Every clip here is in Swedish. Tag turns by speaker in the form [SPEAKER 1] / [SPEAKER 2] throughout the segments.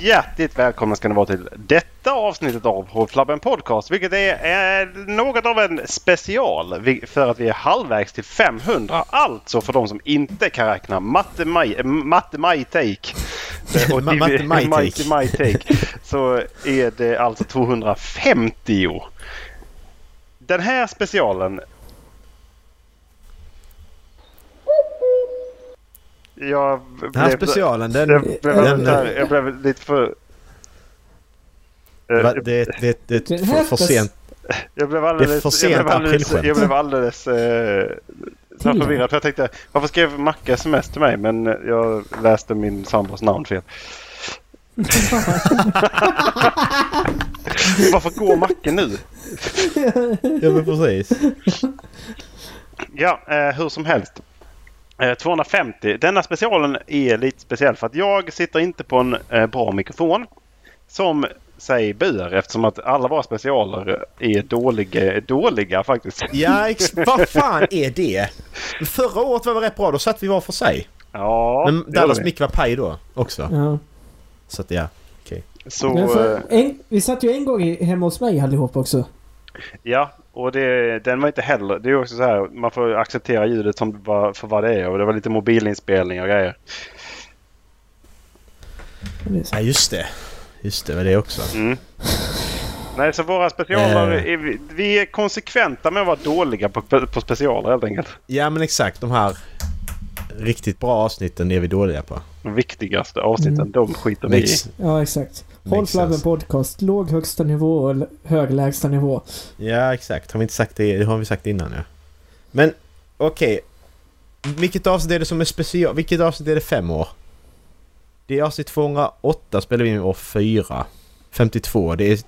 [SPEAKER 1] Hjärtligt välkomna ska ni vara till detta avsnittet av Hovflabben Podcast. Vilket är eh, något av en special vi- för att vi är halvvägs till 500. Alltså för de som inte kan räkna matte maj, eh, matte maj take. Eh, och
[SPEAKER 2] Ma-
[SPEAKER 1] divi-
[SPEAKER 2] matte maj take.
[SPEAKER 1] Mighty maj take. Så är det alltså 250. Den här specialen. Jag
[SPEAKER 2] Den här specialen, den...
[SPEAKER 1] jag blev,
[SPEAKER 2] den,
[SPEAKER 1] så här, jag blev lite för... Eh,
[SPEAKER 2] va, det, det, det,
[SPEAKER 3] Den
[SPEAKER 2] för,
[SPEAKER 3] här
[SPEAKER 2] för
[SPEAKER 3] spec-
[SPEAKER 2] sent.
[SPEAKER 1] jag blev alldeles...
[SPEAKER 2] för sent
[SPEAKER 1] jag blev alldeles,
[SPEAKER 2] aprilskämt.
[SPEAKER 1] jag blev alldeles eh, så här förvirrad. För jag tänkte, varför skrev Macke sms till mig? Men eh, jag läste min sambos namn fel. varför går Macke nu?
[SPEAKER 2] Ja men precis.
[SPEAKER 1] Ja, eh, hur som helst. Eh, 250. Denna specialen är lite speciell för att jag sitter inte på en eh, bra mikrofon. Som sig bör eftersom att alla våra specialer är dåliga, dåliga faktiskt.
[SPEAKER 2] Ja ex- vad fan är det? Förra året var vi rätt bra, då satt vi var för sig.
[SPEAKER 1] Ja, det
[SPEAKER 2] men
[SPEAKER 1] gör
[SPEAKER 2] Dallas
[SPEAKER 1] vi.
[SPEAKER 2] mick var paj då också.
[SPEAKER 3] Ja.
[SPEAKER 2] Så att ja. okej.
[SPEAKER 1] Så,
[SPEAKER 3] Men
[SPEAKER 1] eh,
[SPEAKER 3] för, en, vi satt ju en gång i, hemma hos mig allihop också.
[SPEAKER 1] ja, och det, den var inte heller... Det är också så här, man får acceptera ljudet som det var, för vad det är och det var lite mobilinspelning och grejer.
[SPEAKER 3] Det är så.
[SPEAKER 2] Ja just det. Just det, var det också.
[SPEAKER 1] Mm. Nej, så våra specialer...
[SPEAKER 2] Eh.
[SPEAKER 1] Är, vi- vi är konsekventa med att vara dåliga på, på specialer helt enkelt.
[SPEAKER 2] Ja men exakt, de här riktigt bra avsnitten är vi dåliga på.
[SPEAKER 1] de viktigaste avsnitten. De skiter vi i.
[SPEAKER 2] Mix.
[SPEAKER 3] Ja, exakt. Håll
[SPEAKER 2] Makes
[SPEAKER 3] flabben
[SPEAKER 2] sense.
[SPEAKER 3] podcast. Låg högsta nivå och l- hög lägsta nivå.
[SPEAKER 2] Ja exakt, har vi inte sagt det, det har vi sagt innan ja. Men okej. Vilket avsnitt är det som är special? Vilket avsnitt är det fem år? Det är avsnitt 208 spelar vi in i år 4. 52, det är,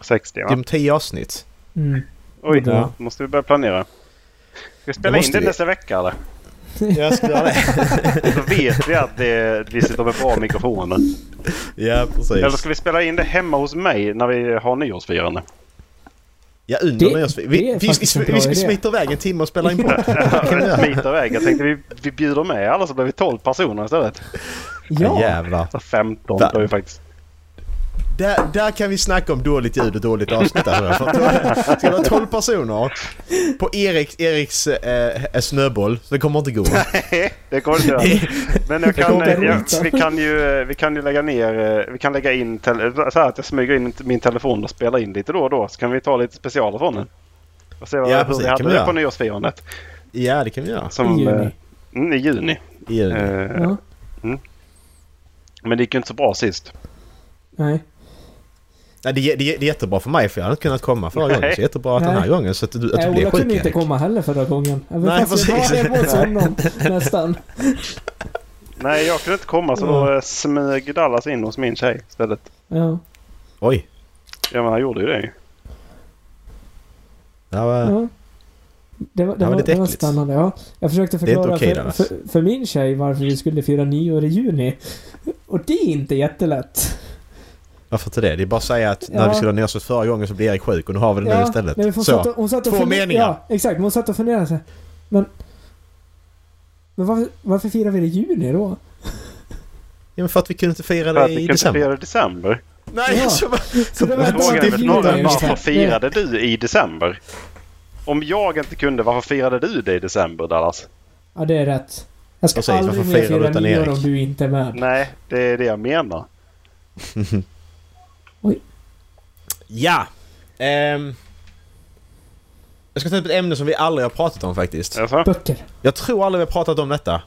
[SPEAKER 1] 60
[SPEAKER 2] det är
[SPEAKER 1] va?
[SPEAKER 2] om 10 avsnitt.
[SPEAKER 3] Mm.
[SPEAKER 1] Oj,
[SPEAKER 3] Ja.
[SPEAKER 1] måste vi börja planera. Ska vi
[SPEAKER 2] Det
[SPEAKER 1] spela in
[SPEAKER 2] måste
[SPEAKER 1] det
[SPEAKER 2] vi.
[SPEAKER 1] nästa vecka eller?
[SPEAKER 2] Jag ska göra det.
[SPEAKER 1] Då vet vi att det, vi sitter med bra mikrofoner.
[SPEAKER 2] ja
[SPEAKER 1] Eller
[SPEAKER 2] precis.
[SPEAKER 1] ska vi spela in det hemma hos mig när vi har nyårsfirande?
[SPEAKER 2] Ja under
[SPEAKER 3] Det-
[SPEAKER 2] nyårs... Vi,
[SPEAKER 3] det
[SPEAKER 2] vi,
[SPEAKER 3] är
[SPEAKER 2] vi,
[SPEAKER 3] faktiskt en
[SPEAKER 2] vi,
[SPEAKER 3] bra
[SPEAKER 2] vi ska
[SPEAKER 3] idé.
[SPEAKER 2] smita iväg en timme och spela in podd.
[SPEAKER 1] Smita iväg. Jag tänkte vi, vi bjuder med alla så blir vi 12 personer istället.
[SPEAKER 3] Ja,
[SPEAKER 2] Jävlar.
[SPEAKER 1] Så 15
[SPEAKER 2] Fan.
[SPEAKER 1] blir vi faktiskt.
[SPEAKER 2] Där, där kan vi snacka om dåligt ljud och dåligt avsnitt alltså. För att- Ska det vara 12 personer på Erik, Eriks eh, snöboll så det kommer inte gå.
[SPEAKER 1] det kommer inte göra. Men jag
[SPEAKER 3] kommer
[SPEAKER 1] kan,
[SPEAKER 3] inte
[SPEAKER 1] jag,
[SPEAKER 3] ruta.
[SPEAKER 1] vi, kan ju, eh, vi kan ju lägga ner, eh, vi kan lägga in, tele- så här att jag smyger in min telefon och spelar in lite då och då. Så kan vi ta lite specialer från den. Och se vad
[SPEAKER 2] Ja,
[SPEAKER 1] hur
[SPEAKER 2] precis.
[SPEAKER 1] vi
[SPEAKER 2] Kan vi
[SPEAKER 1] hade det
[SPEAKER 2] göra.
[SPEAKER 1] på nyårsfirandet.
[SPEAKER 2] Ja det kan vi göra.
[SPEAKER 1] Som,
[SPEAKER 3] I juni.
[SPEAKER 1] eh, mm, I juni.
[SPEAKER 2] I juni.
[SPEAKER 1] Eh,
[SPEAKER 3] ja.
[SPEAKER 1] Men det gick ju inte så bra sist.
[SPEAKER 3] Nej.
[SPEAKER 2] Nej, det, det, det är jättebra för mig för jag hade inte kunnat komma förra gången. Så det är jättebra att den här
[SPEAKER 3] Nej.
[SPEAKER 2] gången så att du, att du
[SPEAKER 3] Äh,
[SPEAKER 2] blir
[SPEAKER 3] Ola
[SPEAKER 2] sjuk
[SPEAKER 3] kunde inte
[SPEAKER 2] Erik.
[SPEAKER 3] komma heller förra gången. Även
[SPEAKER 2] Nej,
[SPEAKER 3] fast vi
[SPEAKER 2] precis.
[SPEAKER 3] var hemma hos honom nästan.
[SPEAKER 1] Nej, jag kunde inte komma så
[SPEAKER 3] Mm.
[SPEAKER 1] då eh, smög Dallas in hos min tjej istället.
[SPEAKER 3] Ja.
[SPEAKER 2] Oj.
[SPEAKER 1] Ja, men han gjorde ju det ju.
[SPEAKER 2] Ja, va-
[SPEAKER 3] ja. Det var,
[SPEAKER 2] Ja,
[SPEAKER 3] det,
[SPEAKER 2] men det
[SPEAKER 3] var,
[SPEAKER 2] är
[SPEAKER 3] det var
[SPEAKER 2] äckligt.
[SPEAKER 3] spännande. Ja. Jag försökte
[SPEAKER 2] är inte
[SPEAKER 3] förklara
[SPEAKER 2] okej,
[SPEAKER 3] för,
[SPEAKER 2] Dallas.
[SPEAKER 3] för, för min tjej varför vi skulle fira nyår i juni. Och det är inte jättelätt.
[SPEAKER 2] varför inte det? Det är bara att säga att när
[SPEAKER 3] Ja.
[SPEAKER 2] vi skulle ha nyårsfest förra gången så blir Erik sjuk och nu har vi det nu istället.
[SPEAKER 3] men hon satt och,
[SPEAKER 2] Så.
[SPEAKER 3] hon satt och
[SPEAKER 2] Två
[SPEAKER 3] funde-
[SPEAKER 2] meningar.
[SPEAKER 3] Ja, exakt. Men hon satt och funderade så här. Men... Men varför, varför firar vi det i juni då?
[SPEAKER 2] Ja, men för att vi kunde inte fira
[SPEAKER 1] För att vi
[SPEAKER 2] det i
[SPEAKER 1] kunde
[SPEAKER 2] december.
[SPEAKER 1] fira i december.
[SPEAKER 2] Nej,
[SPEAKER 3] Ja.
[SPEAKER 2] så,
[SPEAKER 3] Så det var
[SPEAKER 2] Men
[SPEAKER 1] Frågan
[SPEAKER 2] det
[SPEAKER 3] inte
[SPEAKER 1] är
[SPEAKER 3] varför
[SPEAKER 1] väl
[SPEAKER 2] finns
[SPEAKER 1] snarare
[SPEAKER 2] ju
[SPEAKER 3] just
[SPEAKER 1] varför
[SPEAKER 3] det.
[SPEAKER 1] firade du i december? Om jag inte kunde, varför firade du det i december Dallas?
[SPEAKER 3] Ja, det är rätt. Jag ska
[SPEAKER 2] Vad säger-
[SPEAKER 3] aldrig
[SPEAKER 2] varför
[SPEAKER 3] mer
[SPEAKER 2] firar du
[SPEAKER 3] fira
[SPEAKER 2] utan
[SPEAKER 3] nyår
[SPEAKER 2] Erik?
[SPEAKER 3] om du inte är med.
[SPEAKER 1] Nej, det är det jag menar.
[SPEAKER 2] Ja! Ehm, jag ska ta upp ett ämne som vi aldrig har pratat om faktiskt.
[SPEAKER 1] Alltså?
[SPEAKER 3] Böcker.
[SPEAKER 2] Jag tror aldrig vi har pratat om detta.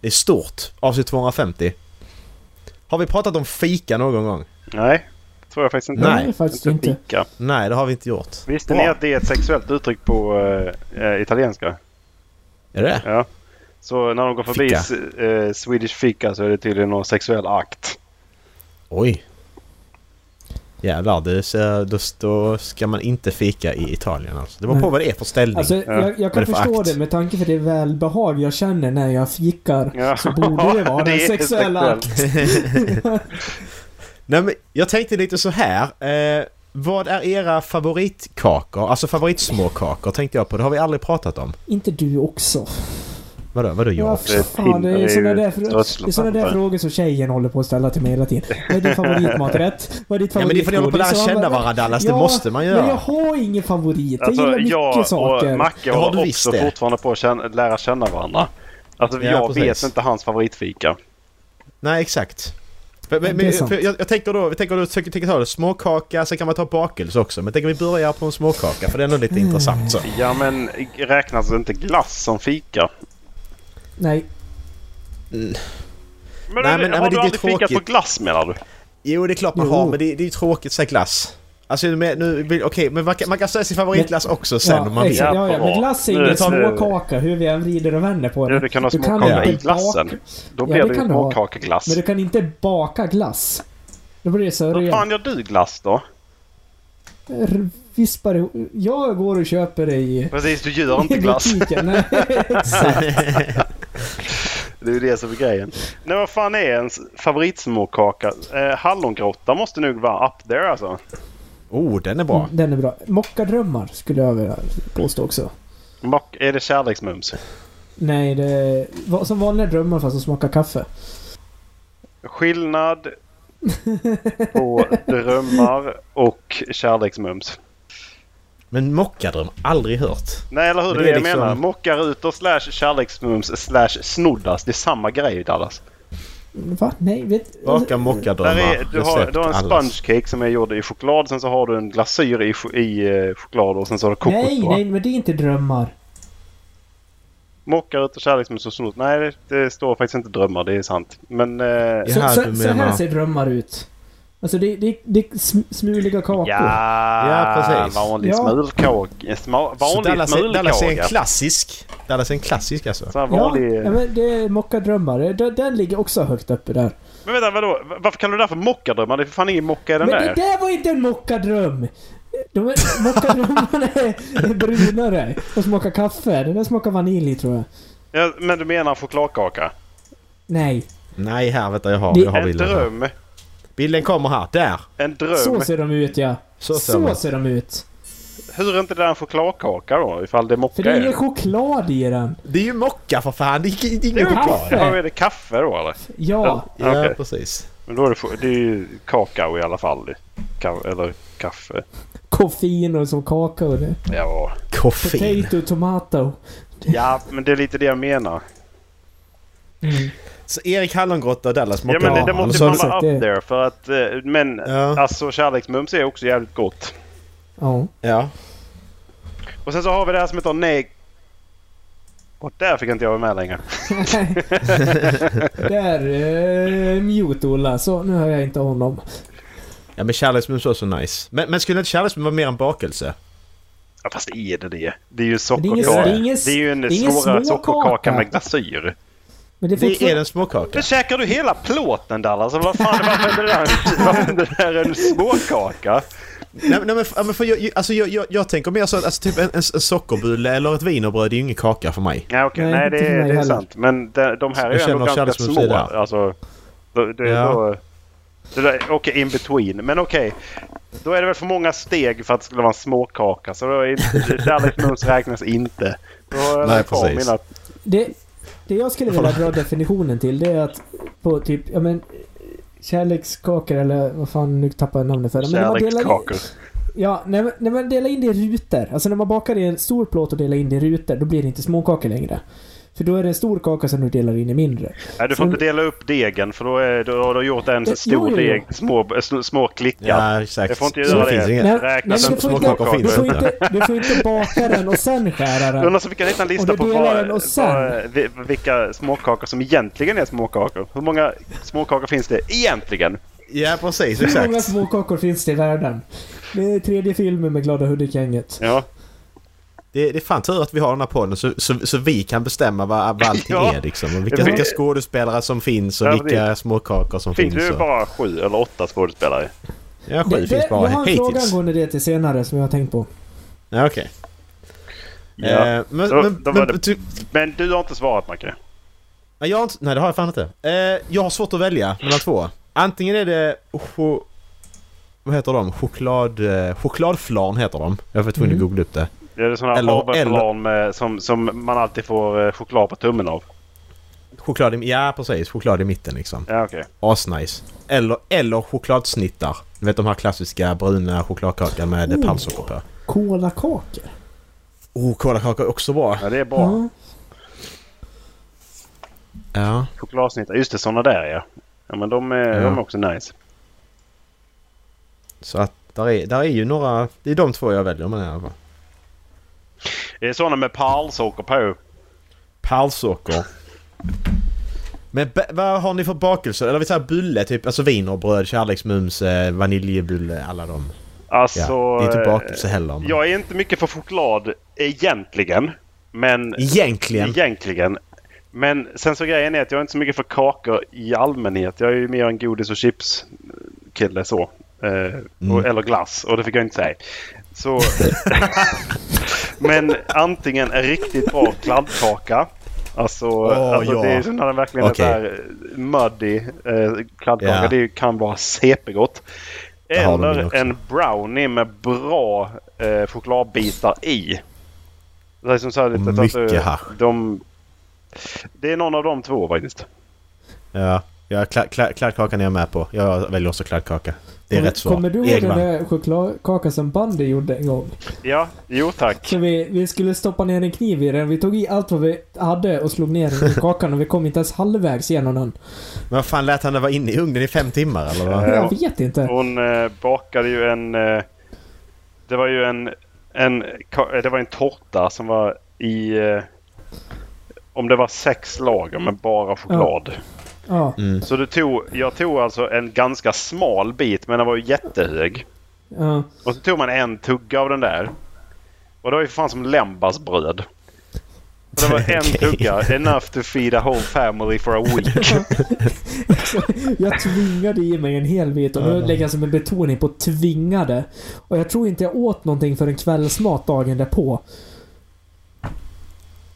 [SPEAKER 2] Det är stort. Avsnitt 250. Har vi pratat om fika någon gång?
[SPEAKER 1] Nej, tror jag faktiskt inte.
[SPEAKER 2] Nej.
[SPEAKER 3] faktiskt
[SPEAKER 1] inte.
[SPEAKER 3] inte.
[SPEAKER 1] Fika.
[SPEAKER 2] Nej, det har vi inte gjort.
[SPEAKER 1] Visste
[SPEAKER 2] Bra.
[SPEAKER 1] ni att det är ett sexuellt uttryck på eh, eh, italienska?
[SPEAKER 2] Är det det?
[SPEAKER 1] Ja. Så när de går förbi
[SPEAKER 2] Fika.
[SPEAKER 1] s- eh, Swedish fika så är det tydligen någon sexuell akt.
[SPEAKER 2] Oj! Jävlar, det, så, då, då ska man inte fika i Italien alltså. Det beror på
[SPEAKER 3] Nej.
[SPEAKER 2] vad det är för ställning.
[SPEAKER 3] Alltså, jag, jag kan
[SPEAKER 2] det för
[SPEAKER 3] förstå
[SPEAKER 2] akt?
[SPEAKER 3] det med tanke på det välbehag jag känner när jag fikar.
[SPEAKER 1] Ja.
[SPEAKER 3] Så borde det vara
[SPEAKER 1] Det
[SPEAKER 3] en
[SPEAKER 1] är
[SPEAKER 3] sexuell
[SPEAKER 1] sexuellt.
[SPEAKER 3] akt.
[SPEAKER 2] Nej, men jag tänkte lite så här. Eh, vad är era favoritkakor? Alltså favoritsmåkakor tänkte jag på. Det har vi aldrig pratat om.
[SPEAKER 3] Inte du också.
[SPEAKER 2] Vadå, vadå
[SPEAKER 3] Ja,
[SPEAKER 2] jag?
[SPEAKER 3] för fan, det
[SPEAKER 1] Tinder
[SPEAKER 3] är
[SPEAKER 1] är
[SPEAKER 3] sådana
[SPEAKER 1] ju
[SPEAKER 3] där,
[SPEAKER 1] ett
[SPEAKER 3] frå- det är såna där
[SPEAKER 1] strösslefantare.
[SPEAKER 3] frågor som tjejen håller på att ställa till mig hela tiden. Vad är din favoritmaträtt? Vad är ditt
[SPEAKER 2] Ja men det är för att ni håller på att lära
[SPEAKER 3] favoritgodis? Och
[SPEAKER 2] känna
[SPEAKER 3] man bara,
[SPEAKER 2] varandra Dallas, det
[SPEAKER 3] ja,
[SPEAKER 2] måste man
[SPEAKER 3] Men jag
[SPEAKER 2] göra.
[SPEAKER 3] har ingen favorit. Jag
[SPEAKER 1] Alltså
[SPEAKER 3] gillar mycket
[SPEAKER 1] jag
[SPEAKER 3] saker.
[SPEAKER 1] och Macke
[SPEAKER 2] Ja,
[SPEAKER 1] håller
[SPEAKER 2] du
[SPEAKER 1] också
[SPEAKER 2] visste det.
[SPEAKER 1] fortfarande på att känna, lära känna varandra. Alltså
[SPEAKER 2] Ja,
[SPEAKER 1] jag
[SPEAKER 2] precis.
[SPEAKER 1] vet inte hans favoritfika.
[SPEAKER 2] Nej exakt. Men, men,
[SPEAKER 3] Det är
[SPEAKER 2] men,
[SPEAKER 3] sant.
[SPEAKER 2] för jag, jag tänker då, vi tänker då, tänker, tänker ta det, småkaka, sen kan man ta bakelse också. Men tänker vi börjar på en småkaka för det är ändå lite
[SPEAKER 3] Mm.
[SPEAKER 2] intressant så.
[SPEAKER 1] Ja men räknas inte glass som fika?
[SPEAKER 3] Nej,
[SPEAKER 1] Men,
[SPEAKER 2] Nej, men- nej,
[SPEAKER 1] har du
[SPEAKER 2] men det- det är
[SPEAKER 1] aldrig fikat på
[SPEAKER 2] tråkigt.
[SPEAKER 1] glass menar du?
[SPEAKER 2] Jo det är klart man
[SPEAKER 3] Jo.
[SPEAKER 2] har men det, det är ju tråkigt att säga glass. Alltså men nu, vill- okej men man kan, man kan säga sin favoritglass också sen om man vill.
[SPEAKER 1] exakt.
[SPEAKER 3] Ja, ja, men glass är
[SPEAKER 1] Nu-
[SPEAKER 3] ju en
[SPEAKER 1] nu-
[SPEAKER 3] småkaka hur vi än vrider och vänder på det.
[SPEAKER 1] Ja, du kan ha
[SPEAKER 3] Du kan
[SPEAKER 1] småkaka
[SPEAKER 3] inte
[SPEAKER 1] i glassen.
[SPEAKER 3] baka-
[SPEAKER 1] Då
[SPEAKER 3] Ja,
[SPEAKER 1] blir
[SPEAKER 3] det
[SPEAKER 1] det ju
[SPEAKER 3] kan du ha.
[SPEAKER 1] småkakeglass.
[SPEAKER 3] Men du kan inte baka glass. Då blir det
[SPEAKER 1] Hur
[SPEAKER 3] sörja.
[SPEAKER 1] fan gör du glass då?
[SPEAKER 3] R- Vispar ihop. Jag går och köper det i...
[SPEAKER 1] Precis, du gör inte
[SPEAKER 3] i
[SPEAKER 1] glass.
[SPEAKER 3] butiken. Nej, exakt.
[SPEAKER 1] Det är ju det som är grejen. Nej, vad fan är ens favoritsmåkaka? Eh, hallongrotta måste nog vara up there alltså.
[SPEAKER 2] Oh den är bra.
[SPEAKER 3] Mm, Den är bra. Mockadrömmar skulle jag vilja påstå också.
[SPEAKER 1] Mock, är det kärleksmums?
[SPEAKER 3] Nej, det är va- som vanliga drömmar fast de smakar kaffe.
[SPEAKER 1] Skillnad på drömmar och kärleksmums.
[SPEAKER 2] Men mockadröm, aldrig hört.
[SPEAKER 1] Nej, eller hur? Det
[SPEAKER 2] Men
[SPEAKER 1] är det
[SPEAKER 2] det är
[SPEAKER 1] jag
[SPEAKER 2] liksom-
[SPEAKER 1] menar. Mockarutor slash kärleksmums slash snoddas. Det är samma grej Dallas.
[SPEAKER 3] Va? Nej, vet... alltså,
[SPEAKER 2] Baka
[SPEAKER 1] Där
[SPEAKER 2] mockadrömmar.
[SPEAKER 1] är, du, har,
[SPEAKER 2] recept
[SPEAKER 1] du har en
[SPEAKER 2] Allas.
[SPEAKER 1] sponge cake som är gjord i choklad. Sen så har du en glasyr i, ch- i eh, choklad och sen så har du kokos
[SPEAKER 3] nej,
[SPEAKER 1] på.
[SPEAKER 3] nej, men det är inte drömmar.
[SPEAKER 1] Mockarutor, kärleksmums och snoddas. liksom Nej, det, det står faktiskt inte drömmar. Det är sant. Men... Eh,
[SPEAKER 2] Ja,
[SPEAKER 3] så,
[SPEAKER 2] du
[SPEAKER 3] så, så här
[SPEAKER 2] menar-
[SPEAKER 3] ser drömmar ut. Alltså det, det, det är sm- smuliga kakor.
[SPEAKER 1] Ja,
[SPEAKER 2] Ja, precis.
[SPEAKER 1] Vanlig
[SPEAKER 3] Ja.
[SPEAKER 1] smulkaka. Sma-
[SPEAKER 2] Så
[SPEAKER 1] vanlig
[SPEAKER 2] Dallas är, Dallas är en
[SPEAKER 1] smulkaka.
[SPEAKER 2] klassisk. Dallas är en klassisk alltså.
[SPEAKER 1] Så här
[SPEAKER 3] Ja,
[SPEAKER 1] vanlig...
[SPEAKER 3] ja, men det är mockadrömmar. Den, den ligger också högt uppe där.
[SPEAKER 1] Men vänta, vadå? V- Varför kallar du det här för mockadrömmar? Det är för fan ingen mocka i den
[SPEAKER 3] men
[SPEAKER 1] där.
[SPEAKER 3] det där var inte en mockadröm! De är, mockadrömmarna är, är brunare och smakar kaffe. Den där smakar vanilj tror jag.
[SPEAKER 1] Ja, men du menar chokladkaka?
[SPEAKER 3] Nej,
[SPEAKER 2] Nej, här vänta jag har,
[SPEAKER 3] Det-
[SPEAKER 2] jag har
[SPEAKER 1] En
[SPEAKER 2] bilden. här.
[SPEAKER 1] dröm.
[SPEAKER 2] Bilden kommer här. Där!
[SPEAKER 1] En dröm.
[SPEAKER 3] så ser de ut ja.
[SPEAKER 2] Så ser
[SPEAKER 3] så
[SPEAKER 2] man.
[SPEAKER 3] ser de ut.
[SPEAKER 1] Hur är inte det där en chokladkaka då? Ifall det är mocka
[SPEAKER 3] För det är
[SPEAKER 1] i
[SPEAKER 3] ingen
[SPEAKER 1] den?
[SPEAKER 3] choklad i den.
[SPEAKER 2] Det är ju mocka för fan! Det är, det är
[SPEAKER 1] Det är
[SPEAKER 2] ingen
[SPEAKER 1] ju
[SPEAKER 3] choklad.
[SPEAKER 1] kaffe. Ja, är det kaffe då eller?
[SPEAKER 3] Ja.
[SPEAKER 2] Ja,
[SPEAKER 1] Okej.
[SPEAKER 2] precis.
[SPEAKER 1] Men då är det, cho- det är ju kakao i alla fall. Ka- eller kaffe.
[SPEAKER 3] Koffein och som kakao. det.
[SPEAKER 1] Ja.
[SPEAKER 2] Koffein.
[SPEAKER 3] Potato, tomato.
[SPEAKER 1] ja, men det är lite det jag menar.
[SPEAKER 2] Så Erik Hallongrotta och Dallas
[SPEAKER 1] Ja,
[SPEAKER 2] mocka.
[SPEAKER 1] men det, det
[SPEAKER 3] Ja,
[SPEAKER 1] måste
[SPEAKER 2] så har
[SPEAKER 1] fan
[SPEAKER 2] du
[SPEAKER 3] sagt
[SPEAKER 1] vara
[SPEAKER 3] det.
[SPEAKER 1] up there. För att, eh, men
[SPEAKER 2] Ja.
[SPEAKER 1] alltså kärleksmums är också jävligt gott.
[SPEAKER 3] Ja.
[SPEAKER 2] Ja.
[SPEAKER 1] Och sen så har vi det här som heter neg... Och där fick inte jag vara med längre.
[SPEAKER 3] Där, eh, mute Ola. Så, nu hör jag inte honom.
[SPEAKER 2] ja, men kärleksmums är också nice. Men, men skulle inte kärleksmums vara mer en bakelse?
[SPEAKER 1] Ja, fast är det det? Det är ju en
[SPEAKER 3] Men det är ingen-
[SPEAKER 1] sockerkaka.
[SPEAKER 3] det är ingen-
[SPEAKER 1] Det är ju en
[SPEAKER 3] det är ingen
[SPEAKER 1] svårare
[SPEAKER 3] småkaka.
[SPEAKER 1] sockerkaka med glasyr.
[SPEAKER 3] Men det är
[SPEAKER 2] Det är
[SPEAKER 3] fortfarande...
[SPEAKER 2] en småkaka.
[SPEAKER 1] Men käkar du hela plåten Dallas? Vad fan, varför är det där, varför är det där en småkaka?
[SPEAKER 2] nej, nej, men, f- ja, men för jag, jag- alltså, jag, jag, jag tänker mer så att alltså, typ en, en, en sockerbulle eller ett wienerbröd det är ju ingen kaka för mig.
[SPEAKER 1] Ja, okej.
[SPEAKER 3] Nej,
[SPEAKER 1] Nej, det,
[SPEAKER 3] inte för
[SPEAKER 1] är-
[SPEAKER 3] mig
[SPEAKER 1] det är
[SPEAKER 3] heller.
[SPEAKER 1] sant. Men de, de här är
[SPEAKER 2] Jag
[SPEAKER 1] ju ändå
[SPEAKER 2] känner
[SPEAKER 1] ganska
[SPEAKER 2] kärleksmus
[SPEAKER 1] små.
[SPEAKER 2] i det här.
[SPEAKER 1] Alltså, det, det är
[SPEAKER 2] Ja.
[SPEAKER 1] då... Det där, okej, in between. Men okej. Då är det väl för många steg för att det skulle vara en småkaka. Så då är inte- kärleksmums räknas inte. Då har jag
[SPEAKER 2] Nej,
[SPEAKER 1] lagt av
[SPEAKER 2] precis.
[SPEAKER 1] mina
[SPEAKER 3] Det, det jag skulle vilja dra definitionen till det är att på typ, ja men... Kärlekskakor eller vad fan nu tappar jag namnet för det. Men när man delar in,
[SPEAKER 1] kärlekskakor.
[SPEAKER 3] ja, när, man- när man delar in det i rutor. Alltså när man bakar i en stor plåt och delar in det i rutor, då blir det inte småkakor längre. För då är det en stor kaka som du delar in i mindre.
[SPEAKER 1] Nej, du får
[SPEAKER 3] Så-
[SPEAKER 1] inte dela upp degen för då, är, då har du gjort en
[SPEAKER 3] Jo,
[SPEAKER 1] stor
[SPEAKER 3] jo, jo.
[SPEAKER 1] deg, små, sm- små klickar.
[SPEAKER 2] Ja, exakt.
[SPEAKER 1] Jag får inte
[SPEAKER 2] Så
[SPEAKER 1] göra det.
[SPEAKER 2] finns inget.
[SPEAKER 3] Nej,
[SPEAKER 1] Räknas
[SPEAKER 3] nej, men
[SPEAKER 1] inte
[SPEAKER 3] du får
[SPEAKER 1] småkakor.
[SPEAKER 2] inte-
[SPEAKER 3] Du
[SPEAKER 1] Finns
[SPEAKER 3] får
[SPEAKER 1] inte.
[SPEAKER 3] inte, du får inte baka den och sen skära
[SPEAKER 1] Jag
[SPEAKER 3] den.
[SPEAKER 1] undrar så vi kan hitta en lista
[SPEAKER 3] Och
[SPEAKER 1] på
[SPEAKER 3] då delar
[SPEAKER 1] vad,
[SPEAKER 3] den och sen-
[SPEAKER 1] vad, vi- vilka småkakor som egentligen är småkakor. Hur många småkakor finns det egentligen?
[SPEAKER 2] Ja, precis.
[SPEAKER 3] Hur många
[SPEAKER 2] Exakt.
[SPEAKER 3] småkakor finns det i världen? Det är tredje filmen med Glada Hudik-gänget.
[SPEAKER 1] Ja,
[SPEAKER 2] Det, det är fan tur att vi har den här podden så, så, så vi kan bestämma vad, vad allting
[SPEAKER 1] Ja.
[SPEAKER 2] är liksom. Och vilka,
[SPEAKER 1] Ja, men-
[SPEAKER 2] vilka skådespelare som finns och
[SPEAKER 1] Ja,
[SPEAKER 2] vilka
[SPEAKER 1] precis.
[SPEAKER 2] småkakor som
[SPEAKER 1] finns
[SPEAKER 2] finns.
[SPEAKER 1] det ju
[SPEAKER 2] och-
[SPEAKER 1] bara sju eller åtta skådespelare?
[SPEAKER 2] Ja, sju
[SPEAKER 3] Det, det,
[SPEAKER 2] finns
[SPEAKER 3] jag
[SPEAKER 2] bara
[SPEAKER 3] har en fråga
[SPEAKER 2] hittills.
[SPEAKER 3] angående det till senare som jag har tänkt på.
[SPEAKER 2] Ja, okej.
[SPEAKER 1] Ja.
[SPEAKER 2] Eh, men,
[SPEAKER 1] Då-
[SPEAKER 2] men,
[SPEAKER 1] då var
[SPEAKER 2] men,
[SPEAKER 1] det-
[SPEAKER 2] ty-
[SPEAKER 1] Men du har inte svarat Macke.
[SPEAKER 2] nej, jag har inte, nej, det har jag fan inte. Eh, jag har svårt att välja mellan två. Antingen är det... Cho, vad heter de? Choklad... Eh, chokladflarn heter de. Jag var tvungen
[SPEAKER 3] Mm.
[SPEAKER 2] att googla upp det.
[SPEAKER 1] Det är sådana
[SPEAKER 2] Eller-
[SPEAKER 1] här
[SPEAKER 2] eller-
[SPEAKER 1] aveplan med- som, som man alltid får eh, choklad på tummen av.
[SPEAKER 2] Choklad i, ja precis, choklad i mitten liksom.
[SPEAKER 1] Ja, okej.
[SPEAKER 2] Asnice. Eller, eller chokladsnittar. Du vet de här klassiska bruna chokladkakan med
[SPEAKER 3] Oh.
[SPEAKER 2] oh. pannsocker på.
[SPEAKER 3] Kolakakor.
[SPEAKER 2] Oh, kolakaka är också bra.
[SPEAKER 1] Ja, det är bra.
[SPEAKER 2] Mm.
[SPEAKER 3] Ja.
[SPEAKER 2] Ja.
[SPEAKER 1] Chokladsnittar. Just det, sådana där ja. Ja, men de är,
[SPEAKER 2] Ja.
[SPEAKER 1] de är också nice.
[SPEAKER 2] Så att där är, där är ju några... Det är de två jag väljer med i alla fall.
[SPEAKER 1] Det är sådana med pärlsocker på.
[SPEAKER 2] Pärlsocker. Men ba- vad har ni för bakelser? Eller vi säger bulle typ. Alltså wienerbröd, kärleksmums, eh, vaniljbulle, alla de.
[SPEAKER 1] Alltså...
[SPEAKER 2] Ja. det är inte
[SPEAKER 1] eh,
[SPEAKER 2] bakelse heller. Men...
[SPEAKER 1] Jag är inte mycket för choklad egentligen. Men
[SPEAKER 2] Egentligen.
[SPEAKER 1] egentligen. Men sen så grejen är att jag är inte så mycket för kakor i allmänhet. Jag är ju mer en godis och chips kille så. Eh,
[SPEAKER 2] Mm.
[SPEAKER 1] och, eller glass och det fick jag inte säga. Så... men antingen en riktigt bra kladdkaka. Alltså,
[SPEAKER 2] Åh,
[SPEAKER 1] alltså
[SPEAKER 2] ja.
[SPEAKER 1] det är ju när den verkligen
[SPEAKER 2] Okej.
[SPEAKER 1] är så här muddy eh, kladdkaka.
[SPEAKER 2] Ja.
[SPEAKER 1] Det är ju- kan vara CP-gott.
[SPEAKER 2] har de min
[SPEAKER 1] Eller
[SPEAKER 2] också.
[SPEAKER 1] en brownie med bra eh, chokladbitar i. Det är som så här lite, så att,
[SPEAKER 2] Mycket
[SPEAKER 1] eh,
[SPEAKER 2] hasch.
[SPEAKER 1] De, det är någon av de två faktiskt.
[SPEAKER 2] Ja. Ja, kla- kla- kladdkakan är jag med på. Jag väljer också kladdkaka. Det är
[SPEAKER 3] Kommer-
[SPEAKER 2] rätt svar.
[SPEAKER 3] Kommer du ihåg den
[SPEAKER 2] Egvall.
[SPEAKER 3] där chokladkakan som Bandy gjorde en gång?
[SPEAKER 1] Ja, jo tack.
[SPEAKER 3] Så vi, vi skulle stoppa ner en kniv i den. Vi tog i allt vad vi hade och slog ner den i kakan och vi kom inte ens halvvägs igenom den.
[SPEAKER 2] Men vad fan lät han det vara inne i ugnen i fem timmar eller vad?
[SPEAKER 1] Ja.
[SPEAKER 3] Jag vet inte.
[SPEAKER 1] Hon eh, bakade ju en... Eh, det var ju en, en... ka- eh, Det var en tårta som var i... Eh, om det var sex lager med bara choklad.
[SPEAKER 3] Ja.
[SPEAKER 2] Mm.
[SPEAKER 1] Så du tog, jag tog alltså en ganska smal bit men den var ju jättehög.
[SPEAKER 3] ja.
[SPEAKER 1] Och så tog man en tugga av den där. Och det var ju för fan som Lembas bröd. Så det var en
[SPEAKER 2] Okej.
[SPEAKER 1] tugga. Enough to feed a whole family for a week.
[SPEAKER 3] Jag tvingade i mig en hel bit och nu lägger jag som en betoning på tvingade. Och jag tror inte jag åt någonting förrän kvällsmat dagen därpå.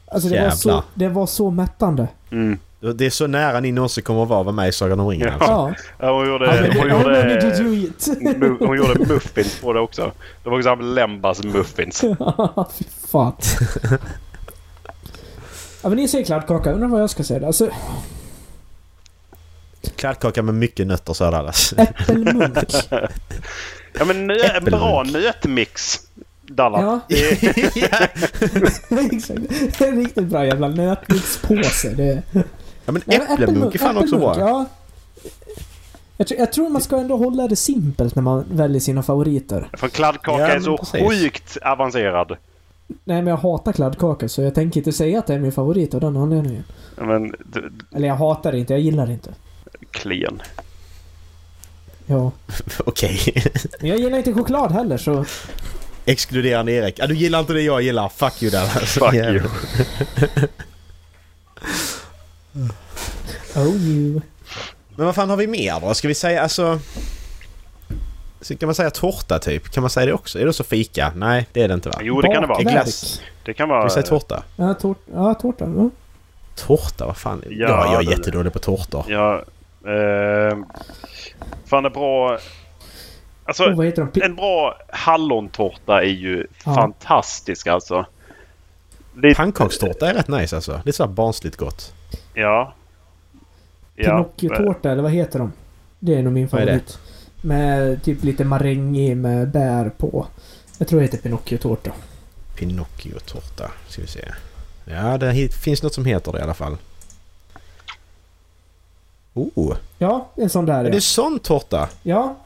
[SPEAKER 3] Alltså det var, så,
[SPEAKER 2] Jävlar.
[SPEAKER 3] det var så mättande.
[SPEAKER 1] Mm.
[SPEAKER 2] Det är så nära ni någonsin kommer att vara vara med i Sagan om ringen
[SPEAKER 1] Ja.
[SPEAKER 2] alltså.
[SPEAKER 3] Ja.
[SPEAKER 1] Ja, hon
[SPEAKER 3] I
[SPEAKER 1] gjorde, hon
[SPEAKER 3] wanted
[SPEAKER 1] gjorde,
[SPEAKER 3] to do it.
[SPEAKER 1] mu- hon gjorde muffins på det också. Det var liksom Lembas muffins.
[SPEAKER 3] Fy fan. Ja men ni säger kladdkaka. Undrar vad jag ska säga. då. Alltså
[SPEAKER 2] Kladdkaka med mycket nötter sa Dallas.
[SPEAKER 3] äppelmunk.
[SPEAKER 1] Ja men nö, en
[SPEAKER 2] Äppelmunk.
[SPEAKER 1] bra nötmix. Dallas.
[SPEAKER 3] Ja.
[SPEAKER 1] Det är-
[SPEAKER 2] ja.
[SPEAKER 3] Exakt. En riktigt bra jävla nötmixpåse. Det...
[SPEAKER 2] ja men
[SPEAKER 3] Nej, men
[SPEAKER 2] äppelmunk är fan också
[SPEAKER 3] äppelmunk,
[SPEAKER 2] bra.
[SPEAKER 3] Ja. Jag, tror, jag tror man ska ändå hålla det simpelt när man väljer sina favoriter.
[SPEAKER 1] För kladdkaka
[SPEAKER 2] Ja,
[SPEAKER 1] är
[SPEAKER 2] men
[SPEAKER 1] så
[SPEAKER 2] precis.
[SPEAKER 1] sjukt avancerad.
[SPEAKER 3] Nej, men jag hatar kladdkaka så jag tänker inte säga att det är min favorit av den anledningen.
[SPEAKER 1] Ja, Men d- d-
[SPEAKER 3] Eller jag hatar det inte, jag gillar det inte.
[SPEAKER 1] klen.
[SPEAKER 3] Ja.
[SPEAKER 2] Okej.
[SPEAKER 3] Men jag gillar inte choklad heller så...
[SPEAKER 2] Exkluderande Erik. Ja, du gillar inte det jag gillar. Fuck you Dallas.
[SPEAKER 1] Fuck
[SPEAKER 2] Jävlar.
[SPEAKER 1] you.
[SPEAKER 3] Oh you.
[SPEAKER 2] Men vad fan har vi mer då? Ska vi säga alltså... Så kan man säga tårta typ? Kan man säga det också? Är det så fika? Nej, det är det inte va?
[SPEAKER 1] Jo det kan det vara.
[SPEAKER 2] Bakverk.
[SPEAKER 1] Det kan
[SPEAKER 2] Ska
[SPEAKER 1] vara...
[SPEAKER 2] vi säga tårta?
[SPEAKER 3] Ja, tårt, ja tårta. Ja.
[SPEAKER 2] Tårta? Vad fan? Ja,
[SPEAKER 1] Ja,
[SPEAKER 2] jag
[SPEAKER 1] det-
[SPEAKER 2] är jättedålig på tårtor.
[SPEAKER 1] Ja. Eh, fan det är bra... Alltså
[SPEAKER 3] Oh, vad heter de? Pi-
[SPEAKER 1] en bra hallontårta är ju
[SPEAKER 3] Ja.
[SPEAKER 1] fantastisk alltså. Lite,
[SPEAKER 2] Pannkakstårta är rätt nice alltså. Det är sådär barnsligt gott.
[SPEAKER 1] Ja.
[SPEAKER 2] eh.
[SPEAKER 3] Pinocchio-tårta, eller vad heter de? Det är nog min
[SPEAKER 2] Vad är det?
[SPEAKER 3] favorit. Med typ lite maräng i med bär på. Jag tror det heter Pinocchio-tårta.
[SPEAKER 2] Pinocchio-tårta. Ska vi se. Ja, det hit- finns något som heter det i alla fall. Oh!
[SPEAKER 3] Ja, en sån där
[SPEAKER 2] Är det
[SPEAKER 3] ja.
[SPEAKER 2] är sån tårta?
[SPEAKER 3] Ja,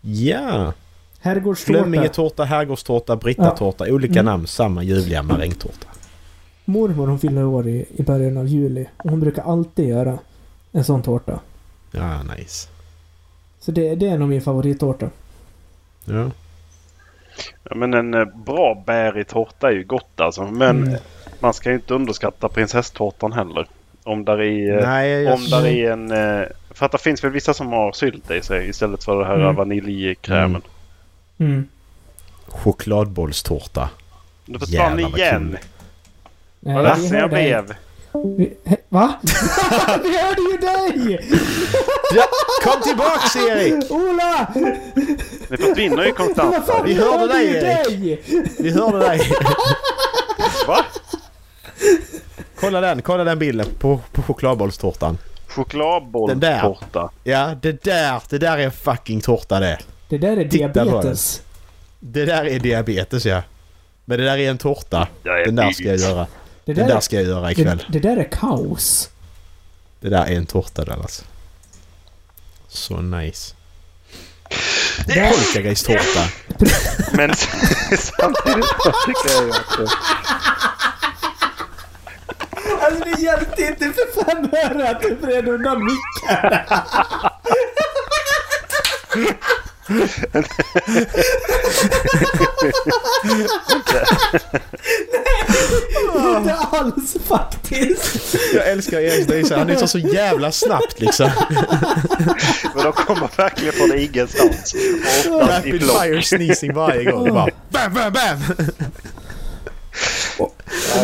[SPEAKER 2] Ja!
[SPEAKER 3] herrgårdstårta.
[SPEAKER 2] Flömingetårta, herrgårdstårta, britatårta. Olika
[SPEAKER 3] Mm.
[SPEAKER 2] namn, samma ljuvliga marängtårta.
[SPEAKER 3] Mormor hon fyller år i, i början av juli och hon brukar alltid göra en sån tårta.
[SPEAKER 2] Ja, nice.
[SPEAKER 3] Så det, det är nog min favorittårta.
[SPEAKER 2] Ja.
[SPEAKER 1] Ja, men en eh, bra bärig tårta är ju gott alltså. Men
[SPEAKER 3] Mm.
[SPEAKER 1] man ska ju inte underskatta prinsesstårtan heller. Om där är, eh,
[SPEAKER 2] Nej, jag...
[SPEAKER 1] om där är en... eh, För att det finns väl vissa som har sylt i sig istället för det här
[SPEAKER 3] Mm.
[SPEAKER 1] vaniljkrämen.
[SPEAKER 3] Mm.
[SPEAKER 2] Chokladbollstårta.
[SPEAKER 1] Du försvann
[SPEAKER 2] Jävlar, vad
[SPEAKER 1] igen!
[SPEAKER 2] kul.
[SPEAKER 3] Nej,
[SPEAKER 1] Vad ledsen jag
[SPEAKER 3] hör dig.
[SPEAKER 1] blev!
[SPEAKER 3] Vi- he- Va? Vi hörde ju dig!
[SPEAKER 2] Ja, kom tillbaks Erik!
[SPEAKER 3] Ola!
[SPEAKER 1] Det försvinner ju konstant.
[SPEAKER 3] Vad fan,
[SPEAKER 2] Vi hörde dig,
[SPEAKER 3] ju
[SPEAKER 2] Erik.
[SPEAKER 3] dig!
[SPEAKER 2] Vi hörde dig.
[SPEAKER 1] Va?
[SPEAKER 2] Kolla den, kolla den bilden på, på chokladbollstårtan. Den där.
[SPEAKER 1] Chokladbollstårta.
[SPEAKER 2] Ja, det där, det där är en fucking tårta det.
[SPEAKER 3] Det där är
[SPEAKER 2] Titta på
[SPEAKER 3] diabetes.
[SPEAKER 2] Det där är diabetes ja. Men det där är en tårta.
[SPEAKER 1] Jag är
[SPEAKER 2] Den där ska jag
[SPEAKER 1] idiot.
[SPEAKER 2] göra.
[SPEAKER 3] Det
[SPEAKER 2] Den
[SPEAKER 3] där,
[SPEAKER 2] där
[SPEAKER 3] är,
[SPEAKER 2] ska jag göra
[SPEAKER 3] det,
[SPEAKER 2] ikväll.
[SPEAKER 3] det där är kaos.
[SPEAKER 2] Det där är en tårta Dallas. Så nice. Polkagris-tårta.
[SPEAKER 1] Men samtidigt så tycker jag ju att... eh,
[SPEAKER 3] Alltså det hjälpte inte för fem öre att du vred undan micken. Nej, inte alls faktiskt.
[SPEAKER 2] Jag älskar Erik Dysa. Han är så jävla snabbt liksom.
[SPEAKER 1] Men de kommer verkligen från ingenstans. Och oftast i
[SPEAKER 2] Rapid
[SPEAKER 1] flock.
[SPEAKER 2] fire sneezing varje gång. Bara, bam, bam, bam!
[SPEAKER 3] Om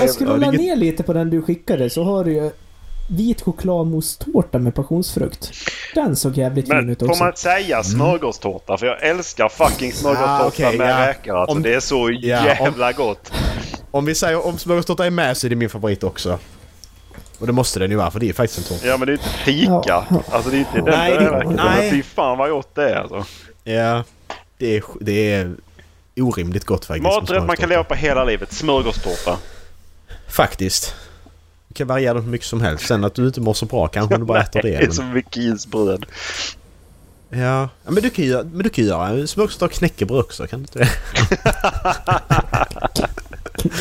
[SPEAKER 3] jag scrollar
[SPEAKER 2] Ja, det-
[SPEAKER 3] ner lite på den du skickade så har du ju vit chokladmousse-tårta med passionsfrukt. Den såg jävligt fin
[SPEAKER 1] Men
[SPEAKER 3] ut
[SPEAKER 1] får
[SPEAKER 3] också.
[SPEAKER 1] man smörgåstårta? smörgåstårta? För jag älskar fucking smörgåstårta
[SPEAKER 2] Mm. Ah, okej,
[SPEAKER 1] med
[SPEAKER 2] ja.
[SPEAKER 1] räkor. Alltså,
[SPEAKER 2] Om-
[SPEAKER 1] Det är så
[SPEAKER 2] Ja,
[SPEAKER 1] jävla gott.
[SPEAKER 2] Om vi säger om smörgåstårta är med så är det min favorit också. Och det måste den ju vara för det är faktiskt en tårta.
[SPEAKER 1] Ja men det är inte fika.
[SPEAKER 3] Ja.
[SPEAKER 1] Alltså det är inte den
[SPEAKER 2] Nej, det-
[SPEAKER 1] där
[SPEAKER 2] nej.
[SPEAKER 1] nej. Fy fan vad gott det är alltså.
[SPEAKER 2] Ja. Det är, det är orimligt gott faktiskt. med
[SPEAKER 1] Maträtt man kan
[SPEAKER 2] smörgåstårta.
[SPEAKER 1] leva på hela livet. Smörgåstårta.
[SPEAKER 2] Faktiskt. Du kan variera dem hur mycket som helst. Sen att du inte mår så bra kanske om du bara äter
[SPEAKER 1] Nej,
[SPEAKER 2] det.
[SPEAKER 1] som vikingbröd.
[SPEAKER 2] Men, ja. ja men du kan ju göra, men du kan ju göra smörgåstårta och knäckebröd också. Kan du inte det?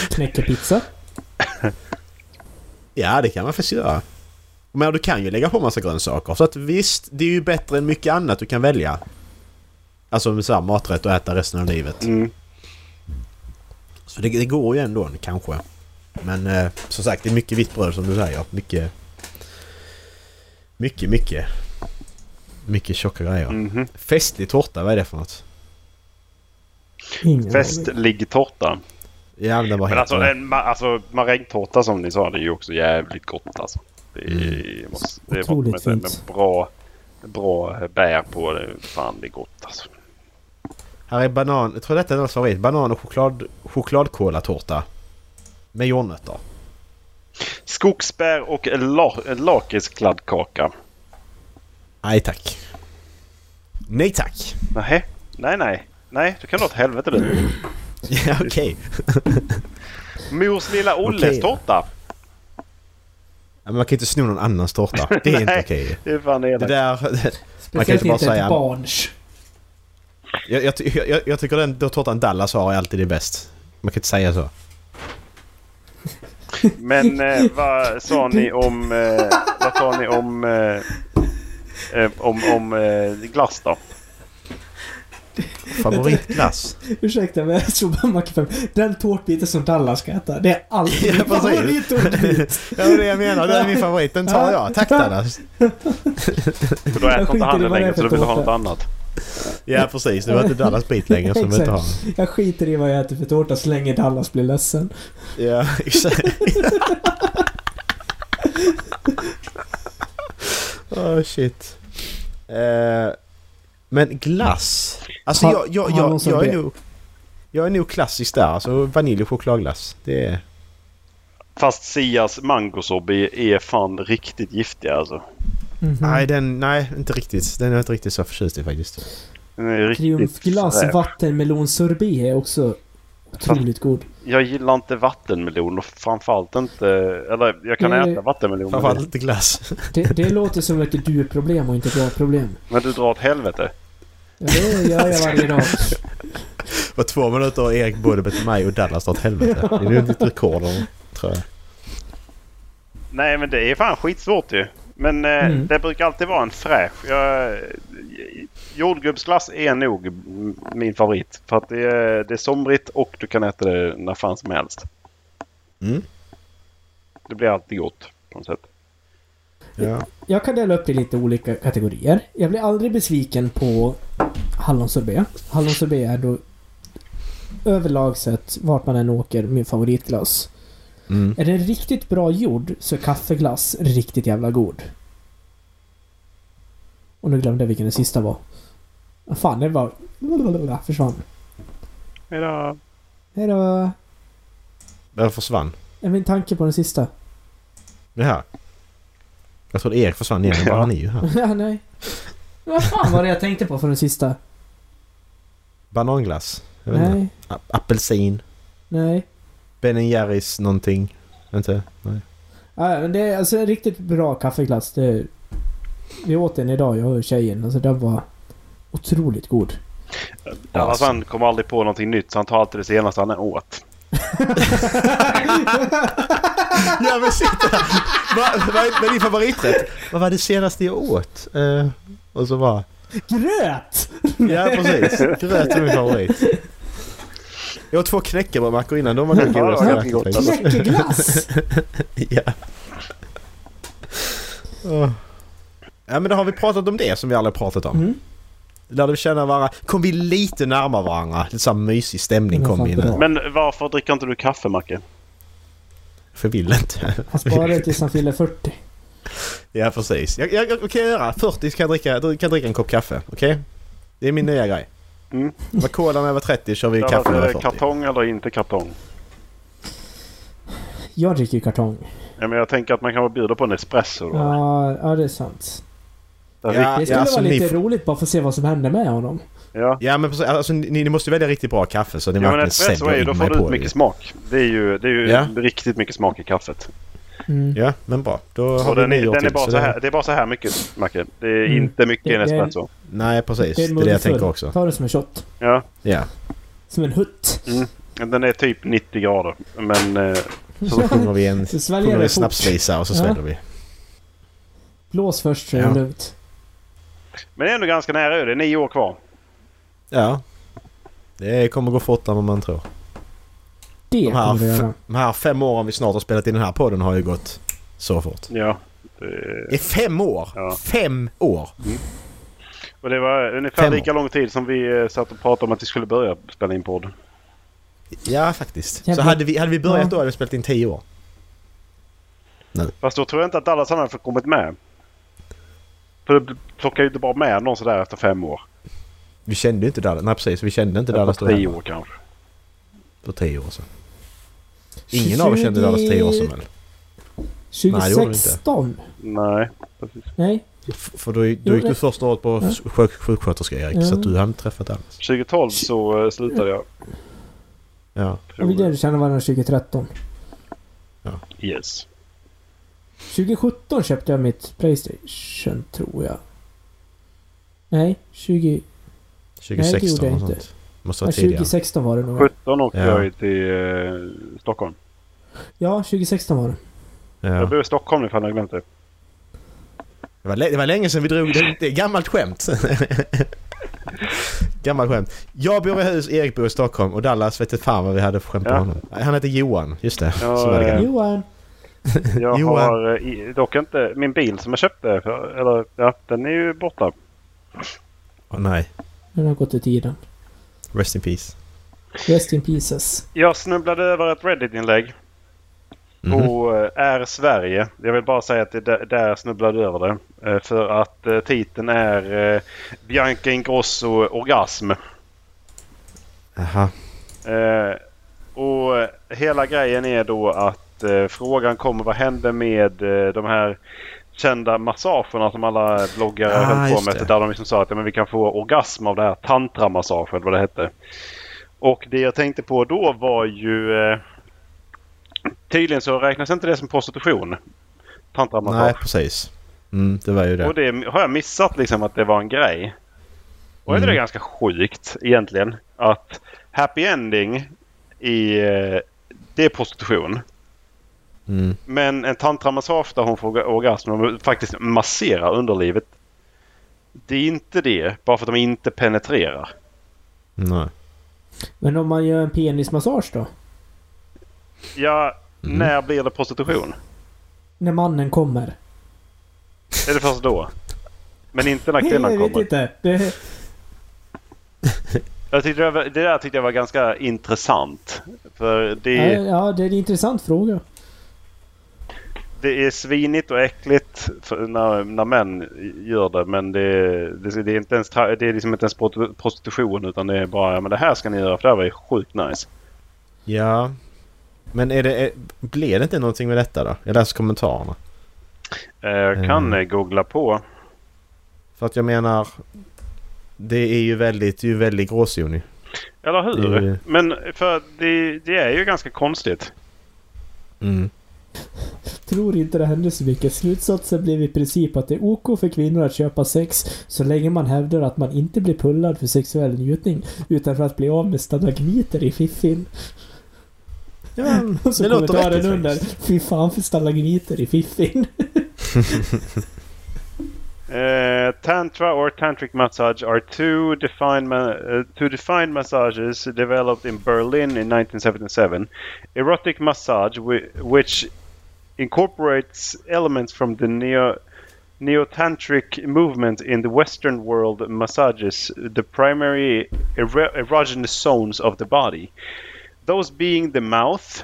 [SPEAKER 3] Knäckepizza.
[SPEAKER 2] Ja det kan man faktiskt göra. Men du kan ju lägga på massa grönsaker. Så att visst, det är ju bättre än mycket annat du kan välja. Alltså med så här maträtt och äta resten av livet.
[SPEAKER 1] Mm.
[SPEAKER 2] Så det, det går ju ändå kanske. Men eh, som sagt, det är mycket vitt bröd som du säger. Mycket... Mycket, mycket. Mycket tjocka grejer.
[SPEAKER 1] Mhm.
[SPEAKER 2] Festlig tårta, vad är det för något?
[SPEAKER 3] Ingen aning.
[SPEAKER 1] Festlig tårta.
[SPEAKER 2] Ja, men den var
[SPEAKER 1] Men
[SPEAKER 2] helt...
[SPEAKER 1] alltså, en, ma- alltså marängtårta som ni sa det är ju också jävligt gott alltså. Det
[SPEAKER 2] Mm.
[SPEAKER 1] är, måste, det är bara,
[SPEAKER 3] Otroligt
[SPEAKER 1] men sen
[SPEAKER 3] fint.
[SPEAKER 1] med bra, bra bär på det. Fan det är gott alltså.
[SPEAKER 2] Här är banan... Jag tror detta är deras favorit. Banan och choklad, chokladkolatårta. Med jordnötter.
[SPEAKER 1] Skogsbär och la- lakritskladdkaka.
[SPEAKER 2] Nej tack. Nej tack.
[SPEAKER 1] Nej, nej, nej. Nej, du kan dra åt helvete du.
[SPEAKER 2] Ja, okej.
[SPEAKER 1] Mors lilla Olles
[SPEAKER 2] Okej.
[SPEAKER 1] tårta.
[SPEAKER 2] Ja, Men man kan ju inte sno någon annans tårta. Det är inte
[SPEAKER 1] Nej.
[SPEAKER 2] okej.
[SPEAKER 1] Det är fan
[SPEAKER 2] Det
[SPEAKER 1] elakt.
[SPEAKER 2] där... Man kan
[SPEAKER 3] Speciellt
[SPEAKER 2] inte bara
[SPEAKER 3] inte ett
[SPEAKER 2] säga...
[SPEAKER 3] barns.
[SPEAKER 2] Jag, jag, ty- jag, jag tycker den den tårtan Dallas har är alltid det bäst. Man kan inte säga så.
[SPEAKER 1] Men eh, vad sa ni om... Eh, vad sa ni om... Eh, eh, om om eh, glass då?
[SPEAKER 2] Favoritglass?
[SPEAKER 3] Ursäkta men jag tror bara man kan... Den tårtbiten som Dallas ska äta, det är alltid
[SPEAKER 2] Ja,
[SPEAKER 3] min
[SPEAKER 2] precis.
[SPEAKER 3] favoritordbit.
[SPEAKER 2] ja, det är det jag menar. Det är min favorit. Den tar jag. Tack Dallas.
[SPEAKER 1] För då
[SPEAKER 3] Jag
[SPEAKER 1] äter inte
[SPEAKER 3] skiter i
[SPEAKER 1] han den
[SPEAKER 3] vad det är
[SPEAKER 1] längre
[SPEAKER 3] för
[SPEAKER 1] så då vill du ha
[SPEAKER 3] tårta.
[SPEAKER 1] något annat.
[SPEAKER 2] Ja, precis. Det var inte Dallas bit längre som vi inte har.
[SPEAKER 3] Jag skiter i vad jag äter för tårta så länge Dallas blir ledsen.
[SPEAKER 2] Ja, exakt. oh shit. Eh, men glass? Alltså
[SPEAKER 3] Har-
[SPEAKER 2] jag, jag,
[SPEAKER 3] har någon
[SPEAKER 2] jag,
[SPEAKER 3] som
[SPEAKER 2] jag är
[SPEAKER 3] vet?
[SPEAKER 2] nog... Jag är nog klassisk där. Alltså vanilj och chokladglass. Det är...
[SPEAKER 1] Fast Sias mangosorbet är fan riktigt giftig alltså.
[SPEAKER 3] Mm.
[SPEAKER 2] Nej, den... Nej, inte riktigt. Den är jag inte riktigt så förtjust i faktiskt.
[SPEAKER 1] Den är riktigt
[SPEAKER 3] Triumfglass
[SPEAKER 1] fräsch.
[SPEAKER 3] vattenmelonsorbet är också otroligt god.
[SPEAKER 1] Jag gillar inte vattenmelon och framförallt inte... Eller jag kan
[SPEAKER 3] Nej.
[SPEAKER 1] äta vattenmelon.
[SPEAKER 2] Framförallt
[SPEAKER 3] Mm.
[SPEAKER 1] men-
[SPEAKER 2] lite glass.
[SPEAKER 3] Det, det låter som ett du-problem och inte ett jag-problem.
[SPEAKER 1] Men du drar åt helvete.
[SPEAKER 3] Ja, det gör jag varje dag.
[SPEAKER 2] På två minuter har Erik både bett mig och Dallas åt helvete. Det är ju ett rekord tror jag.
[SPEAKER 1] Nej men det är fan skitsvårt ju. Men eh,
[SPEAKER 3] Mm.
[SPEAKER 1] det brukar alltid vara en fräsch. Jag, jordgubbsglass är nog m- min favorit. För att det är, det är somrigt och du kan äta det när fan som helst.
[SPEAKER 2] Mm.
[SPEAKER 1] Det blir alltid gott på något sätt.
[SPEAKER 2] Ja.
[SPEAKER 3] Jag kan dela upp det i lite olika kategorier. Jag blir aldrig besviken på hallonsorbet. Hallonsorbet är då överlag sett, vart man än åker, min favoritglass.
[SPEAKER 2] Mm.
[SPEAKER 3] Är den riktigt bra gjord så är kaffeglass riktigt jävla god. Och nu glömde jag vilken den sista var. Ah, Fan, det var... Försvann.
[SPEAKER 1] Hejdå.
[SPEAKER 3] Hejdå!
[SPEAKER 2] Den försvann.
[SPEAKER 3] Är min tanke på den sista?
[SPEAKER 2] Jaha. Jag trodde Erik försvann igen. Jag bara,
[SPEAKER 1] Ja.
[SPEAKER 2] Han är ju här.
[SPEAKER 3] ja, nej. Vad fan var det jag tänkte på för den sista?
[SPEAKER 2] Bananglass. Jag vet inte.
[SPEAKER 3] Nej,
[SPEAKER 2] A- apelsin.
[SPEAKER 3] nej.
[SPEAKER 2] Ben Jerrys någonting. Inte? Nej.
[SPEAKER 3] Ja, men det är alltså en riktigt bra kaffeglass. Det, vi åt den idag, jag och tjejen. Alltså den var otroligt god.
[SPEAKER 1] Ja,
[SPEAKER 2] Alltså.
[SPEAKER 1] Han kommer aldrig på någonting nytt så han tar alltid det senaste han åt.
[SPEAKER 2] Ja men sitta! Vad va, är din favoriträtt? Vad var det senaste jag åt? Eh, och så bara...
[SPEAKER 3] Gröt!
[SPEAKER 2] Ja precis. Gröt är min favorit. Jag åt två knäckebrödmackor innan. De var nog
[SPEAKER 1] Ja, det var
[SPEAKER 2] goda. som
[SPEAKER 1] ganska gott,
[SPEAKER 2] knäckebröd.
[SPEAKER 1] alltså.
[SPEAKER 3] Knäckeglass!
[SPEAKER 2] Ja. Åh. Ja men då har vi pratat om det som vi aldrig pratat om.
[SPEAKER 3] Mm.
[SPEAKER 2] Lärde vi känna varandra. Kom vi lite närmare varandra. Lite sån mysig stämning
[SPEAKER 3] Det
[SPEAKER 2] kom
[SPEAKER 3] var fan
[SPEAKER 2] in.
[SPEAKER 3] bra.
[SPEAKER 1] Men varför dricker inte du kaffe Macke?
[SPEAKER 2] För jag vill inte.
[SPEAKER 3] Han sparade tills han fyllde 40.
[SPEAKER 2] Ja precis. Jag, jag, jag kan göra. 40 ska jag dricka, då kan jag dricka en kopp kaffe. Okej? Det är min nya grej.
[SPEAKER 1] Mm.
[SPEAKER 2] Vad kola när jag var 30 kör vi
[SPEAKER 1] Ja,
[SPEAKER 2] kaffe när jag
[SPEAKER 1] alltså,
[SPEAKER 2] var 40.
[SPEAKER 1] kartong eller inte kartong?
[SPEAKER 3] Jag dricker ju kartong.
[SPEAKER 1] Ja, men jag tänker att man kan bjuda på en espresso då.
[SPEAKER 3] Ja, ja, det är sant.
[SPEAKER 1] Den
[SPEAKER 2] Ja.
[SPEAKER 1] riktigt-
[SPEAKER 3] Det skulle
[SPEAKER 2] alltså,
[SPEAKER 3] vara lite
[SPEAKER 2] ni-
[SPEAKER 3] roligt bara för att se vad som händer med honom.
[SPEAKER 1] ja.
[SPEAKER 2] Ja men precis. Alltså, ni, ni måste välja riktigt bra kaffe så ni
[SPEAKER 1] Ja men
[SPEAKER 2] verkligen
[SPEAKER 1] espresso är
[SPEAKER 2] säljer
[SPEAKER 1] ju,
[SPEAKER 2] in
[SPEAKER 1] då
[SPEAKER 2] mig
[SPEAKER 1] får du
[SPEAKER 2] på
[SPEAKER 1] ut
[SPEAKER 2] det.
[SPEAKER 1] mycket smak. Det är ju, det är ju
[SPEAKER 2] Ja.
[SPEAKER 1] riktigt mycket smak i kaffet.
[SPEAKER 3] Mm.
[SPEAKER 2] Ja men bra. Då har
[SPEAKER 1] Och
[SPEAKER 2] vi
[SPEAKER 1] den är,
[SPEAKER 2] nyår
[SPEAKER 1] den är
[SPEAKER 2] till,
[SPEAKER 1] bara
[SPEAKER 2] så
[SPEAKER 1] så
[SPEAKER 2] det-
[SPEAKER 1] här, det är bara så här mycket Macke. Det är
[SPEAKER 3] Mm.
[SPEAKER 1] inte mycket i en
[SPEAKER 3] Det- det är-
[SPEAKER 1] espresso.
[SPEAKER 2] Nej precis. Det
[SPEAKER 3] en
[SPEAKER 2] är det jag
[SPEAKER 3] munfull.
[SPEAKER 2] tänker också.
[SPEAKER 3] Ta det som en shot.
[SPEAKER 1] Ja.
[SPEAKER 2] Ja.
[SPEAKER 3] Som en hutt.
[SPEAKER 1] Den är typ 90 grader. Men eh,
[SPEAKER 2] Så då sjunger vi en,
[SPEAKER 3] Så sväljer
[SPEAKER 2] sjunger vi
[SPEAKER 3] det
[SPEAKER 2] en
[SPEAKER 3] fort.
[SPEAKER 2] snapsvisa och så
[SPEAKER 3] Ja.
[SPEAKER 2] sväller vi.
[SPEAKER 3] Blås först så är
[SPEAKER 2] Ja.
[SPEAKER 3] det lugnt.
[SPEAKER 1] Men det är ändå ganska nära ju. Det är nio år kvar.
[SPEAKER 2] Ja. Det kommer gå fortare än vad man tror.
[SPEAKER 3] Det
[SPEAKER 2] De här,
[SPEAKER 3] kommer vi göra.
[SPEAKER 2] f- de här fem åren vi snart har spelat in den här podden har ju gått så fort.
[SPEAKER 1] Ja. Det-
[SPEAKER 2] Det är fem år!
[SPEAKER 1] Ja.
[SPEAKER 2] Fem år!
[SPEAKER 1] Och det var ungefär
[SPEAKER 2] Fem år.
[SPEAKER 1] lika lång tid som vi eh, satt och pratade om att vi skulle börja spela in podd.
[SPEAKER 2] Ja, faktiskt.
[SPEAKER 3] Jävlar.
[SPEAKER 2] Så hade vi, hade vi börjat
[SPEAKER 3] Ja.
[SPEAKER 2] då hade vi spelat in tio år.
[SPEAKER 1] Fast då tror jag inte att alla sådana hade fått kommit med. För du plockar ju inte bara med någon sådär efter fem år.
[SPEAKER 2] Vi kände ju inte Dallas. Nej, precis. Vi kände inte Dallas
[SPEAKER 1] Efter
[SPEAKER 2] då
[SPEAKER 1] tio
[SPEAKER 2] heller.
[SPEAKER 1] år kanske.
[SPEAKER 2] För tio år sedan. Ingen av er kände Dallas tio år sedan väl? Nej, det gjorde vi inte.
[SPEAKER 3] 2016?
[SPEAKER 1] Nej.
[SPEAKER 3] Nej.
[SPEAKER 2] F- För då, då
[SPEAKER 3] Jo,
[SPEAKER 2] gick
[SPEAKER 3] det-
[SPEAKER 2] du första året på
[SPEAKER 3] Ja.
[SPEAKER 2] sjuk, sjuksköterska Erik, så
[SPEAKER 3] Ja.
[SPEAKER 2] att du hade inte träffat Dallas.
[SPEAKER 1] 2012 så eh, slutade jag.
[SPEAKER 2] Ja.
[SPEAKER 3] Och vi lärde känna varandra 2013.
[SPEAKER 1] Yes.
[SPEAKER 3] 2017 köpte jag mitt Playstation, tror jag. Nej, 20... Nej, det
[SPEAKER 2] 2016
[SPEAKER 3] gjorde jag
[SPEAKER 2] och
[SPEAKER 3] inte.
[SPEAKER 2] sånt. Måste
[SPEAKER 3] Ja,
[SPEAKER 2] vara tidigare.
[SPEAKER 3] 2016 var det nog.
[SPEAKER 1] 17 åkte
[SPEAKER 2] Ja.
[SPEAKER 1] jag till eh, Stockholm.
[SPEAKER 3] Ja, 2016 var det.
[SPEAKER 1] Jag
[SPEAKER 2] Ja.
[SPEAKER 1] bor i Stockholm ifall jag glömt det.
[SPEAKER 2] Det, var, lä- det var länge sedan vi drog det. Det är gammalt skämt. gammalt skämt. Jag bor i hus, Erik bor i Stockholm och Dallas vet inte fan vad vi hade för skämt på
[SPEAKER 1] Ja.
[SPEAKER 2] honom. Han heter Johan, just det.
[SPEAKER 1] Ja,
[SPEAKER 2] så var det
[SPEAKER 1] eh,
[SPEAKER 2] gammalt.
[SPEAKER 3] Johan!
[SPEAKER 1] Jag
[SPEAKER 2] Johan.
[SPEAKER 1] har eh, i- dock inte min bil som jag köpte. För, eller, ja, den är ju borta.
[SPEAKER 2] Åh, nej.
[SPEAKER 3] Den har gått ur tiden.
[SPEAKER 2] Rest in peace.
[SPEAKER 3] Rest in pieces.
[SPEAKER 1] Jag snubblade över ett Reddit-inlägg
[SPEAKER 2] Mhm.
[SPEAKER 1] på eh, Är Sverige. Jag vill bara säga att det är där- där jag snubblade över det. Eh, För att eh, titeln är eh, Bianca Ingrosso orgasm.
[SPEAKER 2] Jaha.
[SPEAKER 1] Eh, Och eh, hela grejen är då att eh, frågan kommer vad hände med eh, de här kända massagerna som alla bloggare
[SPEAKER 2] Ah,
[SPEAKER 1] höll på
[SPEAKER 2] just
[SPEAKER 1] med.
[SPEAKER 2] det.
[SPEAKER 1] Där de liksom sa att ja, men vi kan få orgasm av det här tantramassagen eller vad det hette. Och det jag tänkte på då var ju eh, tydligen så räknas inte det som prostitution.
[SPEAKER 2] Nej,
[SPEAKER 1] Tantramassage.
[SPEAKER 2] precis. Mm, det var ju det.
[SPEAKER 1] Och det har jag missat liksom att det var en grej. Och är inte
[SPEAKER 2] Mm.
[SPEAKER 1] det ganska sjukt egentligen? Att happy ending i eh, det är prostitution.
[SPEAKER 2] Mm.
[SPEAKER 1] Men en tantramassage där hon får orgasm och faktiskt masserar underlivet. Det är inte det bara för att de inte penetrerar.
[SPEAKER 2] Nej.
[SPEAKER 3] Men om man gör en penismassage då?
[SPEAKER 1] Ja,
[SPEAKER 2] Mm.
[SPEAKER 1] när blir det prostitution?
[SPEAKER 3] När mannen kommer?
[SPEAKER 1] Är det först då? Men inte när kvinnan
[SPEAKER 3] jag vet
[SPEAKER 1] kommer.
[SPEAKER 3] inte. Det,
[SPEAKER 1] Jag tyckte det, var, det där tyckte jag var ganska intressant. För det...
[SPEAKER 3] ja, ja, det är en intressant fråga.
[SPEAKER 1] det är svinigt och äckligt för när, när män gör det men det, det, det är inte ens, tra- det är liksom inte ens prost- prostitution utan det är bara ja, men det här ska ni göra för det här var ju sjukt nice.
[SPEAKER 2] Ja. Men är det, är, blev det inte någonting med detta då? Jag läser kommentarerna.
[SPEAKER 1] Eh, Jag kan
[SPEAKER 2] Mm.
[SPEAKER 1] eh, googla på.
[SPEAKER 2] För att jag menar... Det är ju väldigt, det är ju väldigt gråzon ju.
[SPEAKER 1] Eller hur?
[SPEAKER 2] Det är-
[SPEAKER 1] Men för det, det är ju ganska konstigt.
[SPEAKER 2] Mm.
[SPEAKER 3] Tror inte det hände så mycket. Slutsatsen blev i princip att det är OK för kvinnor att köpa sex så länge man hävdar att man inte blir pullad för sexuell njutning utan för att bli av med stalagmiter i fiffin.
[SPEAKER 2] Ja, men,
[SPEAKER 3] Och så
[SPEAKER 2] det låter
[SPEAKER 3] kommentaren
[SPEAKER 2] vettigt
[SPEAKER 3] under.
[SPEAKER 2] faktiskt.
[SPEAKER 3] Fy fan för stalagmiter i fiffin.
[SPEAKER 1] Eh, tantra or tantric massage are two defined, ma- uh, two defined massages developed in Berlin in 1977. Erotic massage, whi- which incorporates elements from the neo neotantric movement in the Western world, massages the primary ero- erogenous zones of the body, those being the mouth,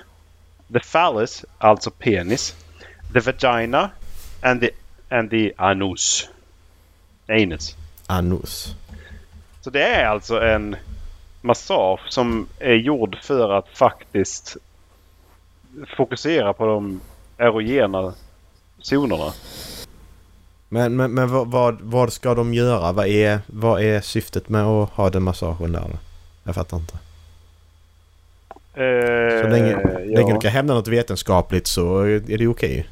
[SPEAKER 1] the phallus, also penis, the vagina, and the and the anus. Anus.
[SPEAKER 2] Anus.
[SPEAKER 1] Så det är alltså en massage som är gjord för att faktiskt fokusera på de erogena zonerna.
[SPEAKER 2] Men, men, men vad, vad, vad ska de göra? Vad är, vad är syftet med att ha den massagen där? då? Jag fattar inte.
[SPEAKER 1] Eh,
[SPEAKER 2] Så länge,
[SPEAKER 1] ja.
[SPEAKER 2] länge du kan hävda något vetenskapligt så är det okej.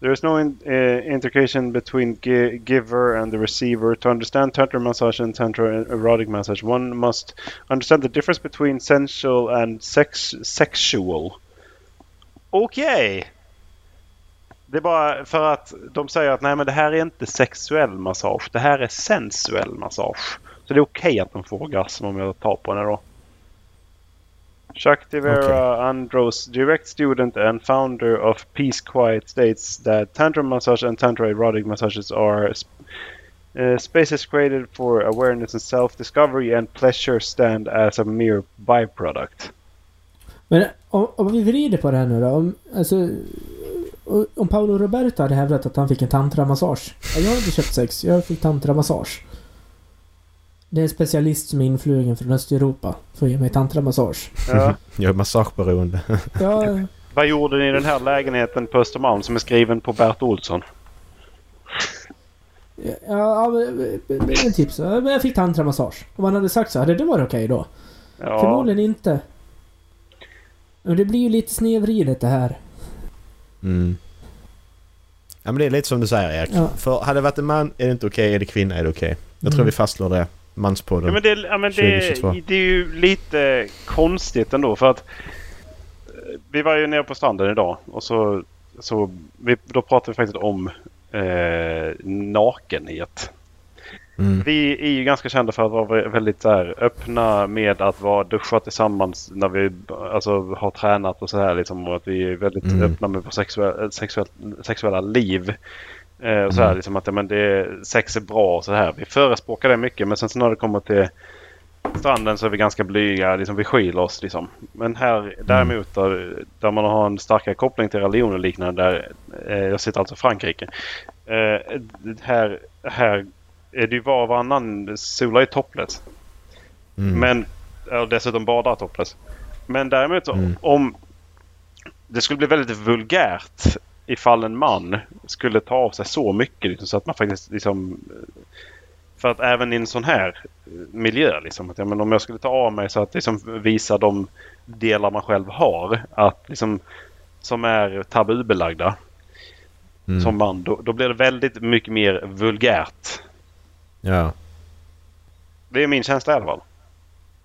[SPEAKER 1] There is no in, eh, integration between gi- giver and the receiver. To understand tantra massage and tantra erotic massage, one must understand the difference between sensual and sex, sexual. Okej! Det är bara för att de säger att nej men det här är inte sexuell massage. Det här är sensuell massage. Så det är okej att de får orgasm om jag tar på henne då. Shaktivera Andros, direct student and founder of Peace Quiet, states that tantra massage and tantra erotic massages are sp- uh, spaces created for awareness and self-discovery, and pleasure stand as a mere byproduct.
[SPEAKER 3] Men om, om vi vrider på det här nu då. Om, alltså, om Paolo Roberto hade hävdat att han fick en tantramassage. Ja, Jag har inte köpt sex, jag fick tantramassage. Det är en specialist som är influgen från Östeuropa för att ge mig tantramassage.
[SPEAKER 1] Ja.
[SPEAKER 2] Jag är massageberoende.
[SPEAKER 3] Ja,
[SPEAKER 1] Vad gjorde ni i den här lägenheten på Östermalm som är skriven på Bert Olsson?
[SPEAKER 3] ja, ja men- men- men en tips. Ja, Men jag fick tantramassage. Om han hade sagt så, hade det varit okej då?
[SPEAKER 1] Ja.
[SPEAKER 3] Förmodligen inte. Men det blir ju lite snedvridet det här.
[SPEAKER 2] Mm. Ja men det är lite som du säger Erik.
[SPEAKER 3] Ja.
[SPEAKER 2] För hade det varit en man är det inte okej, är det kvinna är det okej. Jag tror
[SPEAKER 3] Mm.
[SPEAKER 2] vi fastslår det.
[SPEAKER 1] Ja,
[SPEAKER 2] Manspodden.
[SPEAKER 1] men det, ja, men det,
[SPEAKER 2] 2022.
[SPEAKER 1] det är ju lite konstigt ändå för att eh, vi var ju nere på stranden idag och så, så vi, då pratade vi faktiskt om eh, nakenhet.
[SPEAKER 2] Mm.
[SPEAKER 1] Vi är ju ganska kända för att vara vä- väldigt så här, öppna med att vara duscha tillsammans när vi alltså, har tränat och så här. Liksom, och att vi är väldigt
[SPEAKER 2] Mm.
[SPEAKER 1] öppna med vår sexuell, sexuell, sexuella liv. Eh, och så här,
[SPEAKER 2] Mm.
[SPEAKER 1] liksom, att ja, men det, sex är bra och så här. Vi förespråkar det mycket men sen så när det kommer till stranden så är vi ganska blyga. Liksom, vi skyler oss. Liksom. Men här däremot
[SPEAKER 2] Mm.
[SPEAKER 1] där, där man har en starkare koppling till religion och liknande. Där, eh, jag sitter alltså i Frankrike. Eh, d- här, här är det ju var och varannan solar ju topless.
[SPEAKER 2] Mm.
[SPEAKER 1] Men ja, och dessutom badar topless. Men däremot så-
[SPEAKER 2] Mm.
[SPEAKER 1] om det skulle bli väldigt vulgärt ifall en man skulle ta av sig så mycket liksom, så att man faktiskt liksom för att även i en sån här eh, miljö liksom, att, ja, men om jag skulle ta av mig så att liksom, visa de delar man själv har att liksom, som är tabubelagda
[SPEAKER 2] Mm.
[SPEAKER 1] som man då, då blir det väldigt mycket mer vulgärt.
[SPEAKER 2] Ja.
[SPEAKER 1] Det är min känsla i alla fall.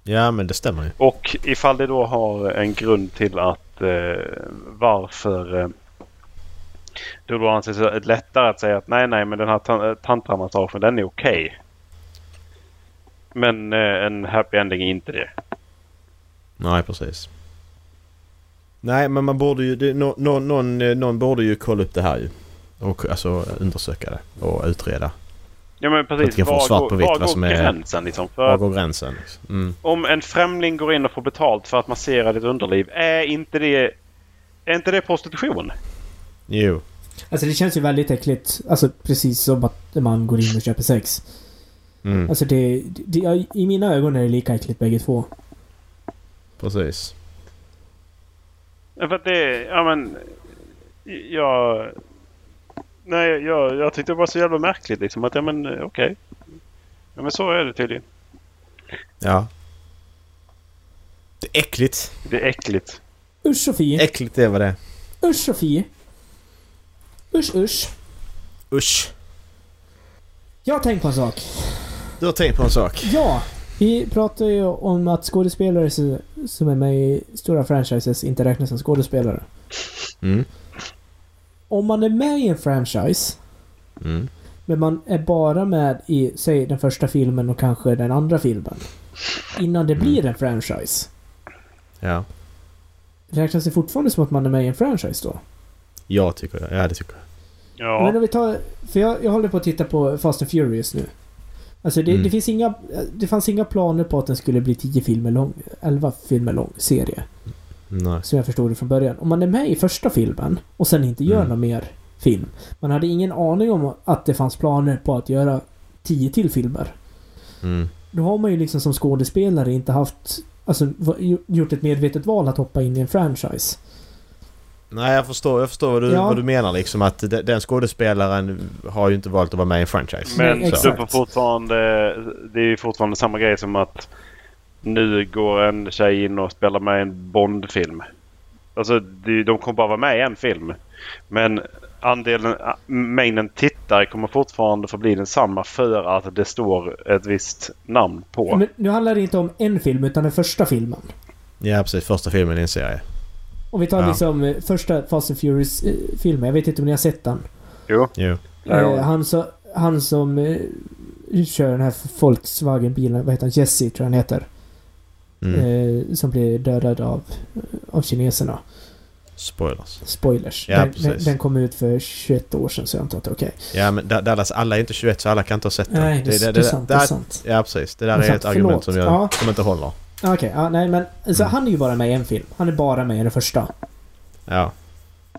[SPEAKER 2] ja men det stämmer ju.
[SPEAKER 1] Och ifall det då har en grund till att eh, varför eh, det då anses det lättare att säga att nej, nej, men den här tan- tantramassagen den är okej. Men eh, en happy ending är inte det.
[SPEAKER 2] Nej precis. Nej men man borde ju, det, nå- nå- någon, eh, någon borde ju kolla upp det här ju. Och alltså undersöka det och utreda.
[SPEAKER 1] Ja men
[SPEAKER 2] Jag
[SPEAKER 1] precis.
[SPEAKER 2] tycker jag får svart
[SPEAKER 1] går-
[SPEAKER 2] på vitt
[SPEAKER 1] var
[SPEAKER 2] vad
[SPEAKER 1] går
[SPEAKER 2] som är-
[SPEAKER 1] gränsen liksom? För
[SPEAKER 2] Var
[SPEAKER 1] att
[SPEAKER 2] går gränsen? liksom? Mm.
[SPEAKER 1] om en främling går in och får betalt för att massera ditt underliv, är inte det, är inte det prostitution?
[SPEAKER 2] Jo.
[SPEAKER 3] Alltså det känns ju väldigt äckligt. Alltså precis som att man går in och köper sex.
[SPEAKER 2] Mm.
[SPEAKER 3] Alltså det, det, jag- I mina ögon är det lika äckligt bägge två.
[SPEAKER 2] Precis.
[SPEAKER 1] Ja, För att det, ja men... Jag... Nej, jag, jag tyckte det var så jävla märkligt liksom att ja men okej. Ja men så är det tydligen.
[SPEAKER 2] Ja. Det är äckligt.
[SPEAKER 1] Det är äckligt.
[SPEAKER 3] Usch Sofie!
[SPEAKER 2] Äckligt är vad det är.
[SPEAKER 3] Usch Sofie! Usch usch!
[SPEAKER 2] Usch.
[SPEAKER 3] Jag har tänkt på en sak.
[SPEAKER 2] Du har tänkt på en sak.
[SPEAKER 3] Ja! Vi pratar ju om att skådespelare s- som är med i stora franchises inte räknas som skådespelare.
[SPEAKER 2] Mm.
[SPEAKER 3] Om man är med i en franchise,
[SPEAKER 2] Mm.
[SPEAKER 3] men man är bara med i, säg den första filmen och kanske den andra filmen. Innan det blir en franchise.
[SPEAKER 2] Ja.
[SPEAKER 3] Räknas det fortfarande som att man är med i en franchise då?
[SPEAKER 2] Jag tycker det. Ja, det tycker jag.
[SPEAKER 1] Ja.
[SPEAKER 3] Men om vi tar... För jag, jag håller på att titta på Fast and Furious nu. Alltså det,
[SPEAKER 2] Mm.
[SPEAKER 3] det finns inga... Det fanns inga planer på att den skulle bli 10 filmer lång. 11 filmer lång serie.
[SPEAKER 2] Nej.
[SPEAKER 3] Som jag förstod det från början. Om man är med i första filmen och sen inte gör
[SPEAKER 2] Mm.
[SPEAKER 3] någon mer film. Man hade ingen aning om att det fanns planer på att göra 10 till filmer.
[SPEAKER 2] Mm.
[SPEAKER 3] Då har man ju liksom som skådespelare inte haft... Alltså va- gjo- gjort ett medvetet val att hoppa in i en franchise.
[SPEAKER 2] Nej, jag förstår, jag förstår vad, du,
[SPEAKER 3] Ja.
[SPEAKER 2] vad du menar liksom att de- den skådespelaren har ju inte valt att vara med i en franchise.
[SPEAKER 1] Men
[SPEAKER 3] Nej,
[SPEAKER 1] du
[SPEAKER 3] exakt.
[SPEAKER 1] får fortfarande... Det är ju fortfarande samma grej som att nu går en tjej in och spelar med i en Bondfilm. Alltså det, de kommer bara vara med i en film. Men andelen, a- mängden tittare kommer fortfarande få bli densamma för att det står ett visst namn på.
[SPEAKER 3] Men nu handlar det inte om en film utan den första filmen.
[SPEAKER 2] Ja, precis. Första filmen i en serie.
[SPEAKER 3] Om vi tar
[SPEAKER 2] Ja.
[SPEAKER 3] liksom eh, första Fast and Furious-filmen. Jag vet inte om ni har sett den.
[SPEAKER 1] Jo.
[SPEAKER 2] Jo.
[SPEAKER 1] Ja, ja.
[SPEAKER 3] Eh, han, så, han som eh, kör den här Volkswagen-bilen, vad heter han? Jesse tror jag han heter.
[SPEAKER 2] Mm.
[SPEAKER 3] Eh, som blir dödad av, av kineserna.
[SPEAKER 2] Spoilers.
[SPEAKER 3] Spoilers.
[SPEAKER 2] Ja,
[SPEAKER 3] den, den,
[SPEAKER 2] precis.
[SPEAKER 3] den kom ut för 21 år sedan så jag antar att det är okej.
[SPEAKER 2] Ja, men Da- Dallas, alla är inte 21 så alla kan inte ha sett den.
[SPEAKER 3] Nej, det, det, det, är sant. Det är
[SPEAKER 2] där-
[SPEAKER 3] sant.
[SPEAKER 2] Ja, precis. Det där
[SPEAKER 3] Det är
[SPEAKER 2] är ett
[SPEAKER 3] sant. Förlåt.
[SPEAKER 2] argument som, jag,
[SPEAKER 3] Ja.
[SPEAKER 2] som inte håller.
[SPEAKER 3] Okej, ja, nej men alltså,
[SPEAKER 2] Mm.
[SPEAKER 3] han är ju bara med i en film. Han är bara med i den första.
[SPEAKER 2] Ja.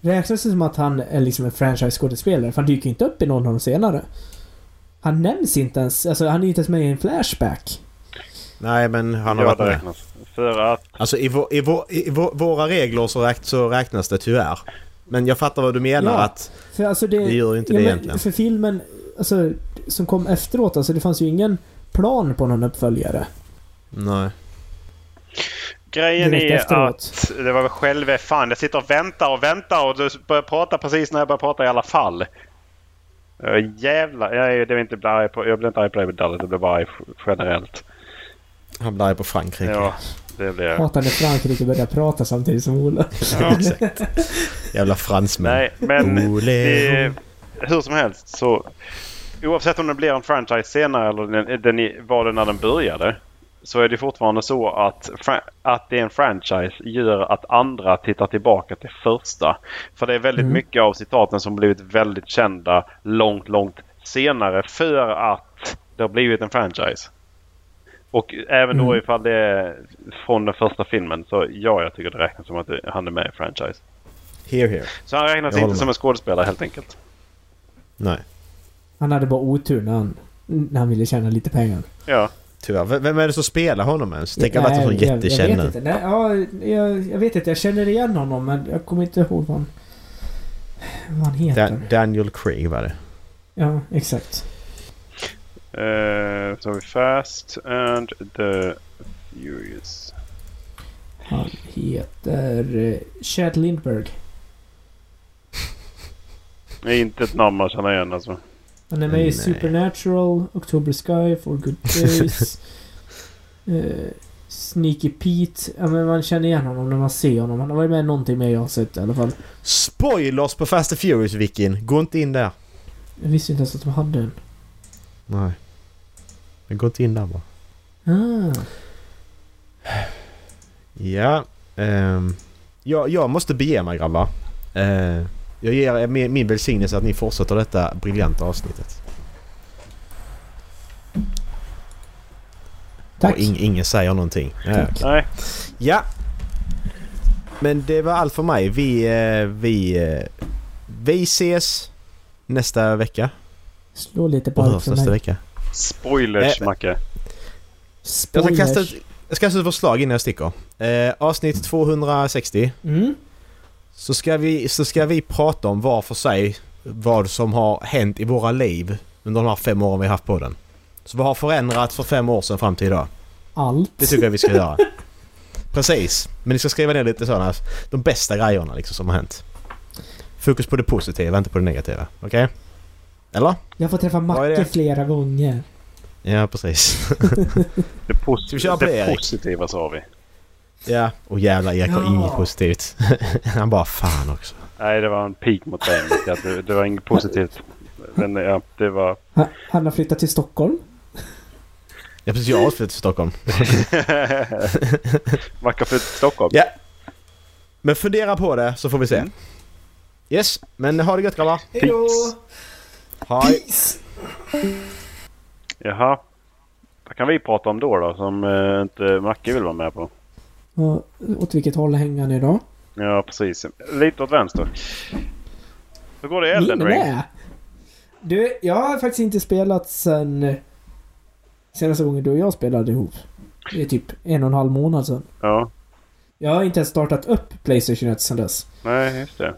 [SPEAKER 3] Räknas det som att han är liksom en franchise-skådespelare? För han dyker ju inte upp i någon av dem senare. Han nämns inte ens, alltså han är ju inte ens med i en flashback.
[SPEAKER 2] Nej, men han har
[SPEAKER 1] ja,
[SPEAKER 2] varit
[SPEAKER 1] det
[SPEAKER 2] med.
[SPEAKER 1] räknas. För att...
[SPEAKER 2] Alltså i, vår, i, vår, i vår, våra regler så, räk, så räknas det tyvärr. Men jag fattar vad du menar
[SPEAKER 3] Ja.
[SPEAKER 2] att...
[SPEAKER 3] För alltså det...
[SPEAKER 2] Det gör ju inte det
[SPEAKER 3] men
[SPEAKER 2] egentligen.
[SPEAKER 3] För filmen, alltså, som kom efteråt, alltså det fanns ju ingen plan på någon uppföljare.
[SPEAKER 2] Nej.
[SPEAKER 1] Grejen
[SPEAKER 3] Direkt
[SPEAKER 1] är
[SPEAKER 3] efteråt.
[SPEAKER 1] att det var väl själv eh, fan. Jag sitter och väntar och väntar och du börjar prata precis när jag börjar prata i alla fall. Uh, jävlar. Jag, är- det är inte bli arg på, jag blir inte arg på dig Dallas. Jag blir bara arg generellt.
[SPEAKER 2] Han blir arg på Frankrike.
[SPEAKER 1] Ja, det blir jag.
[SPEAKER 3] Hatar när Frankrike börjar prata samtidigt som Ola.
[SPEAKER 1] Ja.
[SPEAKER 2] Exakt. Jävla fransmän.
[SPEAKER 1] Nej, men
[SPEAKER 2] Ole.
[SPEAKER 1] det, hur som helst så oavsett om det blir en franchise senare eller den, den i- var det när den började så är det fortfarande så att, fra- att det är en franchise gör att andra tittar tillbaka till första. För det är väldigt
[SPEAKER 3] Mm.
[SPEAKER 1] mycket av citaten som blivit väldigt kända långt, långt senare för att det har blivit en franchise. Och även då
[SPEAKER 3] Mm.
[SPEAKER 1] ifall det är från den första filmen så ja, jag tycker det räknas som att det- han är med i franchise.
[SPEAKER 2] Here, here.
[SPEAKER 1] Så han räknas
[SPEAKER 2] Jag håller
[SPEAKER 1] inte som
[SPEAKER 2] med.
[SPEAKER 1] en skådespelare helt enkelt.
[SPEAKER 2] Nej.
[SPEAKER 3] Han hade bara otur när han, när han ville tjäna lite pengar.
[SPEAKER 1] Ja.
[SPEAKER 2] Tyvärr. V- Vem är det som spelar honom ens? Tänk att
[SPEAKER 3] Nej,
[SPEAKER 2] han är en
[SPEAKER 3] jag-
[SPEAKER 2] jättekänd
[SPEAKER 3] Jag vet
[SPEAKER 2] nu.
[SPEAKER 3] inte. Nej, ja, jag, jag vet inte. Jag känner igen honom men jag kommer inte ihåg vad han... Vad han heter.
[SPEAKER 2] Dan- Daniel Craig var det.
[SPEAKER 3] Ja, exakt.
[SPEAKER 1] Eh, så har vi Fast and the Furious.
[SPEAKER 3] Han heter... eh, Chad Lindberg.
[SPEAKER 1] Det är inte ett namn man känner igen alltså.
[SPEAKER 3] Han är med i
[SPEAKER 2] Nej.
[SPEAKER 3] Supernatural, October Sky, Four Good Days, eh, Sneaky Pete. Ja, men man känner igen honom när man ser honom. Han har varit med i någonting mer jag har sett i alla fall.
[SPEAKER 2] Spoilers på Fast and Furious, Vikin. Gå inte in där.
[SPEAKER 3] Jag visste inte ens att de hade en.
[SPEAKER 2] Nej. Men gå inte in där bara.
[SPEAKER 3] Ah.
[SPEAKER 2] Ja. ehm, jag, jag måste bege mig grabbar. Eh, jag ger er min, min välsignelse att ni fortsätter detta briljanta avsnittet.
[SPEAKER 3] Tack.
[SPEAKER 2] Och ing, ingen säger någonting. Ja.
[SPEAKER 3] Tack.
[SPEAKER 1] Nej,
[SPEAKER 2] ja. Men det var allt för mig. Vi, eh, vi, eh, Vi ses nästa vecka.
[SPEAKER 3] Slå lite
[SPEAKER 2] Och
[SPEAKER 3] bark
[SPEAKER 2] hörs
[SPEAKER 3] från
[SPEAKER 2] nästa
[SPEAKER 3] mig.
[SPEAKER 2] veka.
[SPEAKER 1] Spoilers
[SPEAKER 2] Nej.
[SPEAKER 1] Macke.
[SPEAKER 2] Jag ska kasta
[SPEAKER 3] Spoilers.
[SPEAKER 2] ut, jag ska kasta ut förslag innan jag sticker. Eh, avsnitt 260.
[SPEAKER 3] Mm.
[SPEAKER 2] Så ska, vi, så ska vi prata om var för sig vad som har hänt i våra liv under de här fem åren vi har haft på den. Så vad har förändrats för fem år sedan fram till idag?
[SPEAKER 3] Allt.
[SPEAKER 2] Det typ- tycker jag vi ska göra. Precis. Men ni ska skriva ner lite sådana, de bästa grejerna liksom som har hänt. Fokus på det positiva, inte på det negativa. Okej? Eller?
[SPEAKER 3] Jag får träffa
[SPEAKER 2] Vad är
[SPEAKER 3] Macke
[SPEAKER 2] det?
[SPEAKER 3] flera gånger.
[SPEAKER 2] Ja, precis.
[SPEAKER 1] Det, pos-
[SPEAKER 2] Ska vi köra på det,
[SPEAKER 1] det
[SPEAKER 2] Erik?
[SPEAKER 1] positiva sa vi.
[SPEAKER 2] Ja. Och jävla Erik har
[SPEAKER 3] Ja.
[SPEAKER 2] inget positivt. Han bara fan också.
[SPEAKER 1] Nej, det var en pik mot dig. Micke, att Det, det var inget positivt. Men ja, det var...
[SPEAKER 3] Ha- Han har flyttat till Stockholm.
[SPEAKER 2] Ja, precis. Jag har också flyttat till Stockholm.
[SPEAKER 1] Macke för Stockholm.
[SPEAKER 2] Ja. Men fundera på det så får vi se.
[SPEAKER 1] Mm.
[SPEAKER 2] Yes, men ha det gött grabbar.
[SPEAKER 1] Hejdå!
[SPEAKER 2] Hej.
[SPEAKER 1] Jaha. Vad kan vi prata om då då som eh, inte Macke vill vara med på?
[SPEAKER 3] Och, åt vilket håll hänger han idag?
[SPEAKER 1] Ja, precis. Lite åt vänster. Hur går det i Elden
[SPEAKER 3] Min
[SPEAKER 1] Ring?
[SPEAKER 3] med. Du, jag har faktiskt inte spelat sen... eh, Senaste gången du och jag spelade ihop. Det är typ en och en halv månad sedan.
[SPEAKER 1] Ja.
[SPEAKER 3] Jag har inte ens startat upp Playstation 1 sedan dess.
[SPEAKER 1] Nej, just det.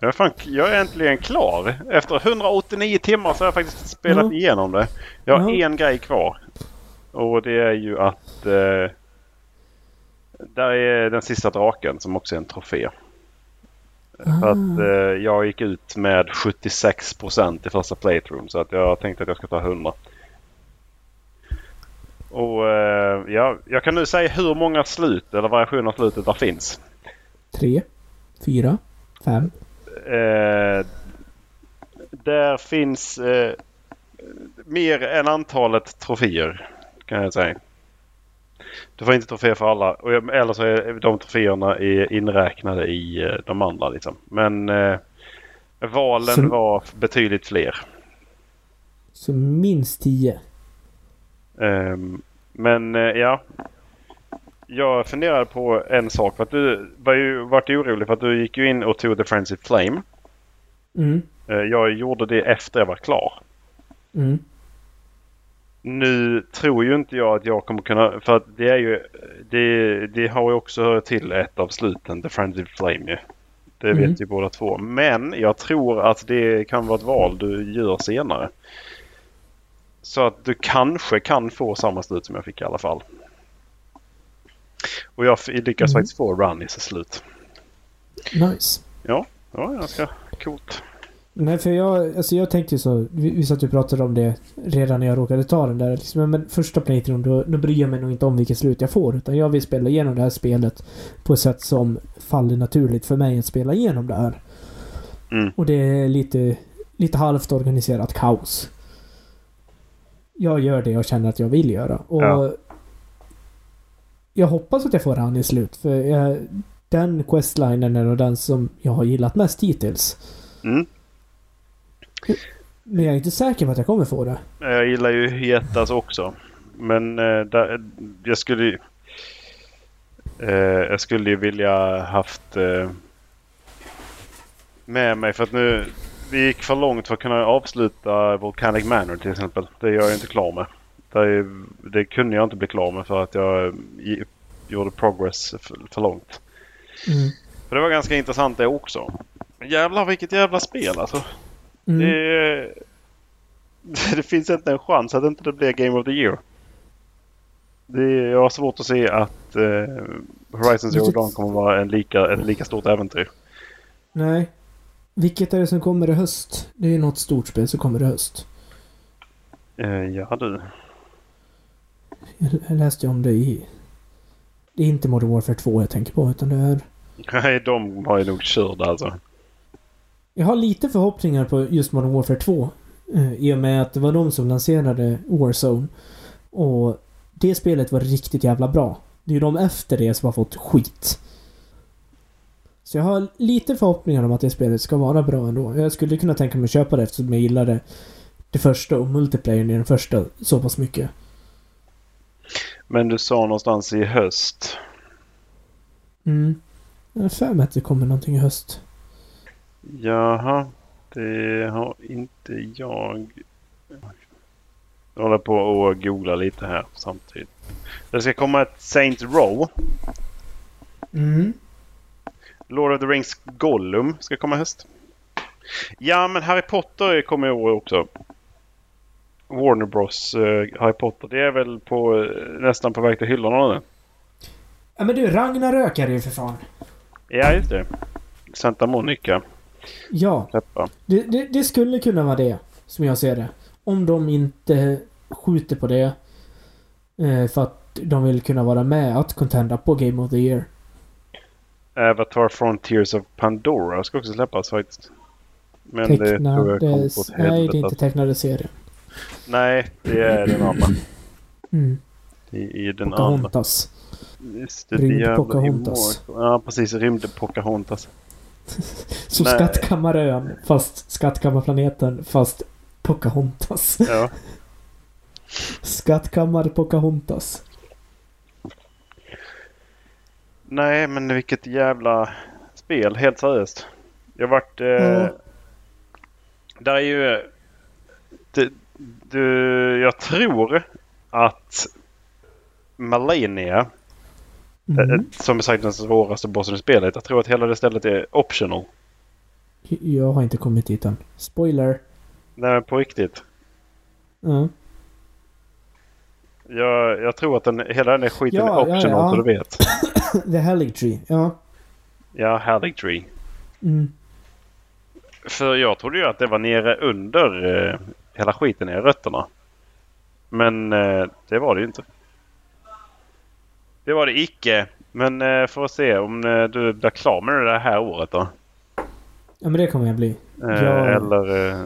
[SPEAKER 1] Jag är, fan, jag är äntligen klar. Efter 189 timmar så har jag faktiskt spelat
[SPEAKER 3] Ja.
[SPEAKER 1] igenom det. Jag har
[SPEAKER 3] Ja.
[SPEAKER 1] en grej kvar. Och det är ju att... Eh, där är den sista draken som också är en trofé. För att
[SPEAKER 3] Ah.
[SPEAKER 1] eh, jag gick ut med 76% i första playthrough så att jag tänkte att jag ska ta 100. Och eh, ja, jag kan nu säga hur många slut eller variationer av slutet där finns.
[SPEAKER 3] Tre, fyra, fem.
[SPEAKER 1] Eh, där finns eh, mer än antalet troféer kan jag säga. Du får inte troféer för alla. Och, jag- eller så är de troféerna är inräknade i eh, de andra. Liksom. Men eh, valen
[SPEAKER 3] Så-
[SPEAKER 1] var betydligt fler.
[SPEAKER 3] Så minst tio.
[SPEAKER 1] Ehm, men eh, ja. Jag funderade på en sak. För att du var ju, vart ju orolig för att du gick ju in och tog The Frenzied Flame.
[SPEAKER 3] Mm,
[SPEAKER 1] Eh, jag gjorde det efter jag var klar.
[SPEAKER 3] mm.
[SPEAKER 1] Nu tror ju inte jag att jag kommer kunna, för att det är ju, det, det har ju också till ett av sluten, The Friendly Flame ju. Det vet
[SPEAKER 3] Mm.
[SPEAKER 1] ju båda två. Men jag tror att det kan vara ett val du gör senare. Så att du kanske kan få samma slut som jag fick i alla fall. Och jag f- lyckas
[SPEAKER 3] Mm.
[SPEAKER 1] faktiskt få Runnies slut.
[SPEAKER 3] Nice.
[SPEAKER 1] Ja, det var ganska coolt.
[SPEAKER 3] Nej, för jag, alltså jag tänkte ju så. Vi, vi satt ju och pratade om det redan när jag råkade ta den där. Liksom, ja, men första playthrough, då, då bryr jag mig nog inte om vilket slut jag får. Utan jag vill spela igenom det här spelet på ett sätt som faller naturligt för mig att spela igenom det här.
[SPEAKER 1] Mm.
[SPEAKER 3] Och det är lite, lite halvt organiserat kaos. Jag gör det jag känner att jag vill göra. Och
[SPEAKER 1] Ja.
[SPEAKER 3] Jag hoppas att jag får han i slut. För jag, den questlinen är nog den som jag har gillat mest hittills.
[SPEAKER 1] Mm.
[SPEAKER 3] Men jag är inte säker på att jag kommer få det.
[SPEAKER 1] Eh, Jag gillar ju Hetas också. Men eh, där, jag skulle ju... Eh, jag skulle ju vilja haft eh, med mig för att nu... Vi gick för långt för att kunna avsluta Volcanic Manor till exempel. Det är jag ju inte klar med. Det, är, ju- det kunde jag inte bli klar med för att jag eh, gjorde progress för, för långt.
[SPEAKER 3] Mm.
[SPEAKER 1] För det var ganska intressant det också. Jävlar vilket jävla spel alltså.
[SPEAKER 3] Mm.
[SPEAKER 1] Det, det finns inte en chans att inte det blir Game of the Year. Det, jag har svårt att se att eh, Horizon Zero
[SPEAKER 3] Vilket-
[SPEAKER 1] Dawn kommer vara en lika, ett lika stort äventyr.
[SPEAKER 3] Nej. Vilket är det som kommer i höst? Det är ju något stort spel som kommer i höst.
[SPEAKER 1] Eh, ja du.
[SPEAKER 3] Jag läste ju om det i... Det är inte Modern Warfare 2 jag tänker på, utan det är...
[SPEAKER 1] Nej, de var ju nog körda alltså.
[SPEAKER 3] Jag har lite förhoppningar på just Modern Warfare 2. eh, I och med att det var de som lanserade Warzone. Och det spelet var riktigt jävla bra. Det är ju de efter det som har fått skit. Så jag har lite förhoppningar om att det spelet ska vara bra ändå. Jag skulle kunna tänka mig att köpa det eftersom jag gillade det första och multiplayern i den första så pass mycket.
[SPEAKER 1] Men du sa någonstans i höst.
[SPEAKER 3] Mm. Jag har för mig att det kommer någonting i höst.
[SPEAKER 1] Jaha. Det har inte jag. Jag håller på och googlar lite här samtidigt. Det ska komma ett Saint Row.
[SPEAKER 3] Mm.
[SPEAKER 1] Lord of the Rings Gollum ska komma i höst. Ja, men Harry Potter kommer i år också. Warner Bros eh, Harry Potter. Det är väl på, eh, nästan på väg till hyllorna nu.
[SPEAKER 3] Ja men du, Ragnarök är det ju för fan.
[SPEAKER 1] Ja, just det. Santa Monica.
[SPEAKER 3] Ja,
[SPEAKER 1] Släppa.
[SPEAKER 3] det, det, det skulle kunna vara det. Som jag ser det. Om de inte skjuter på det. Eh, för att de vill kunna vara med att contenda på Game of the Year.
[SPEAKER 1] Avatar Frontiers of Pandora ska också släppas faktiskt. Men det tror jag kommer
[SPEAKER 3] Tecknades...
[SPEAKER 1] på ett
[SPEAKER 3] Nej, det
[SPEAKER 1] helvete.
[SPEAKER 3] är inte tecknade serier.
[SPEAKER 1] Nej, det är den andra.
[SPEAKER 3] Mm.
[SPEAKER 1] I, i den andra.
[SPEAKER 3] Pocahontas.
[SPEAKER 1] Just det,
[SPEAKER 3] Rymd
[SPEAKER 1] det jävla
[SPEAKER 3] Pocahontas.
[SPEAKER 1] immortal. Ja, precis. Rymde Pocahontas.
[SPEAKER 3] Som
[SPEAKER 1] Nej.
[SPEAKER 3] Skattkammarön, fast Skattkammarplaneten, fast Pocahontas.
[SPEAKER 1] Ja.
[SPEAKER 3] Skattkammar Pocahontas.
[SPEAKER 1] Nej, men vilket jävla spel. Helt seriöst. Jag vart... Eh,
[SPEAKER 3] Ja.
[SPEAKER 1] Där är ju... eh, Det, du, jag tror att Malenia,
[SPEAKER 3] Mm.
[SPEAKER 1] eh, som är sagt den svåraste bossen i spelet. Jag tror att hela det stället är optional.
[SPEAKER 3] Jag har inte kommit dit än. Spoiler.
[SPEAKER 1] Nej, men på riktigt.
[SPEAKER 3] Ja.
[SPEAKER 1] Jag, jag tror att den, hela den här skiten
[SPEAKER 3] Ja,
[SPEAKER 1] är
[SPEAKER 3] ja,
[SPEAKER 1] optional,
[SPEAKER 3] ja.
[SPEAKER 1] så du vet.
[SPEAKER 3] The Helic Tree. Ja.
[SPEAKER 1] Ja, Hallig Tree.
[SPEAKER 3] Mm.
[SPEAKER 1] För jag trodde ju att det var nere under eh, hela skiten i rötterna. Men eh, det var det ju inte. Det var det icke. Men eh, får se om eh, du blir klar med det här året då. Eh,
[SPEAKER 3] Ja men det kommer jag bli. Ja.
[SPEAKER 1] Eller... Eh,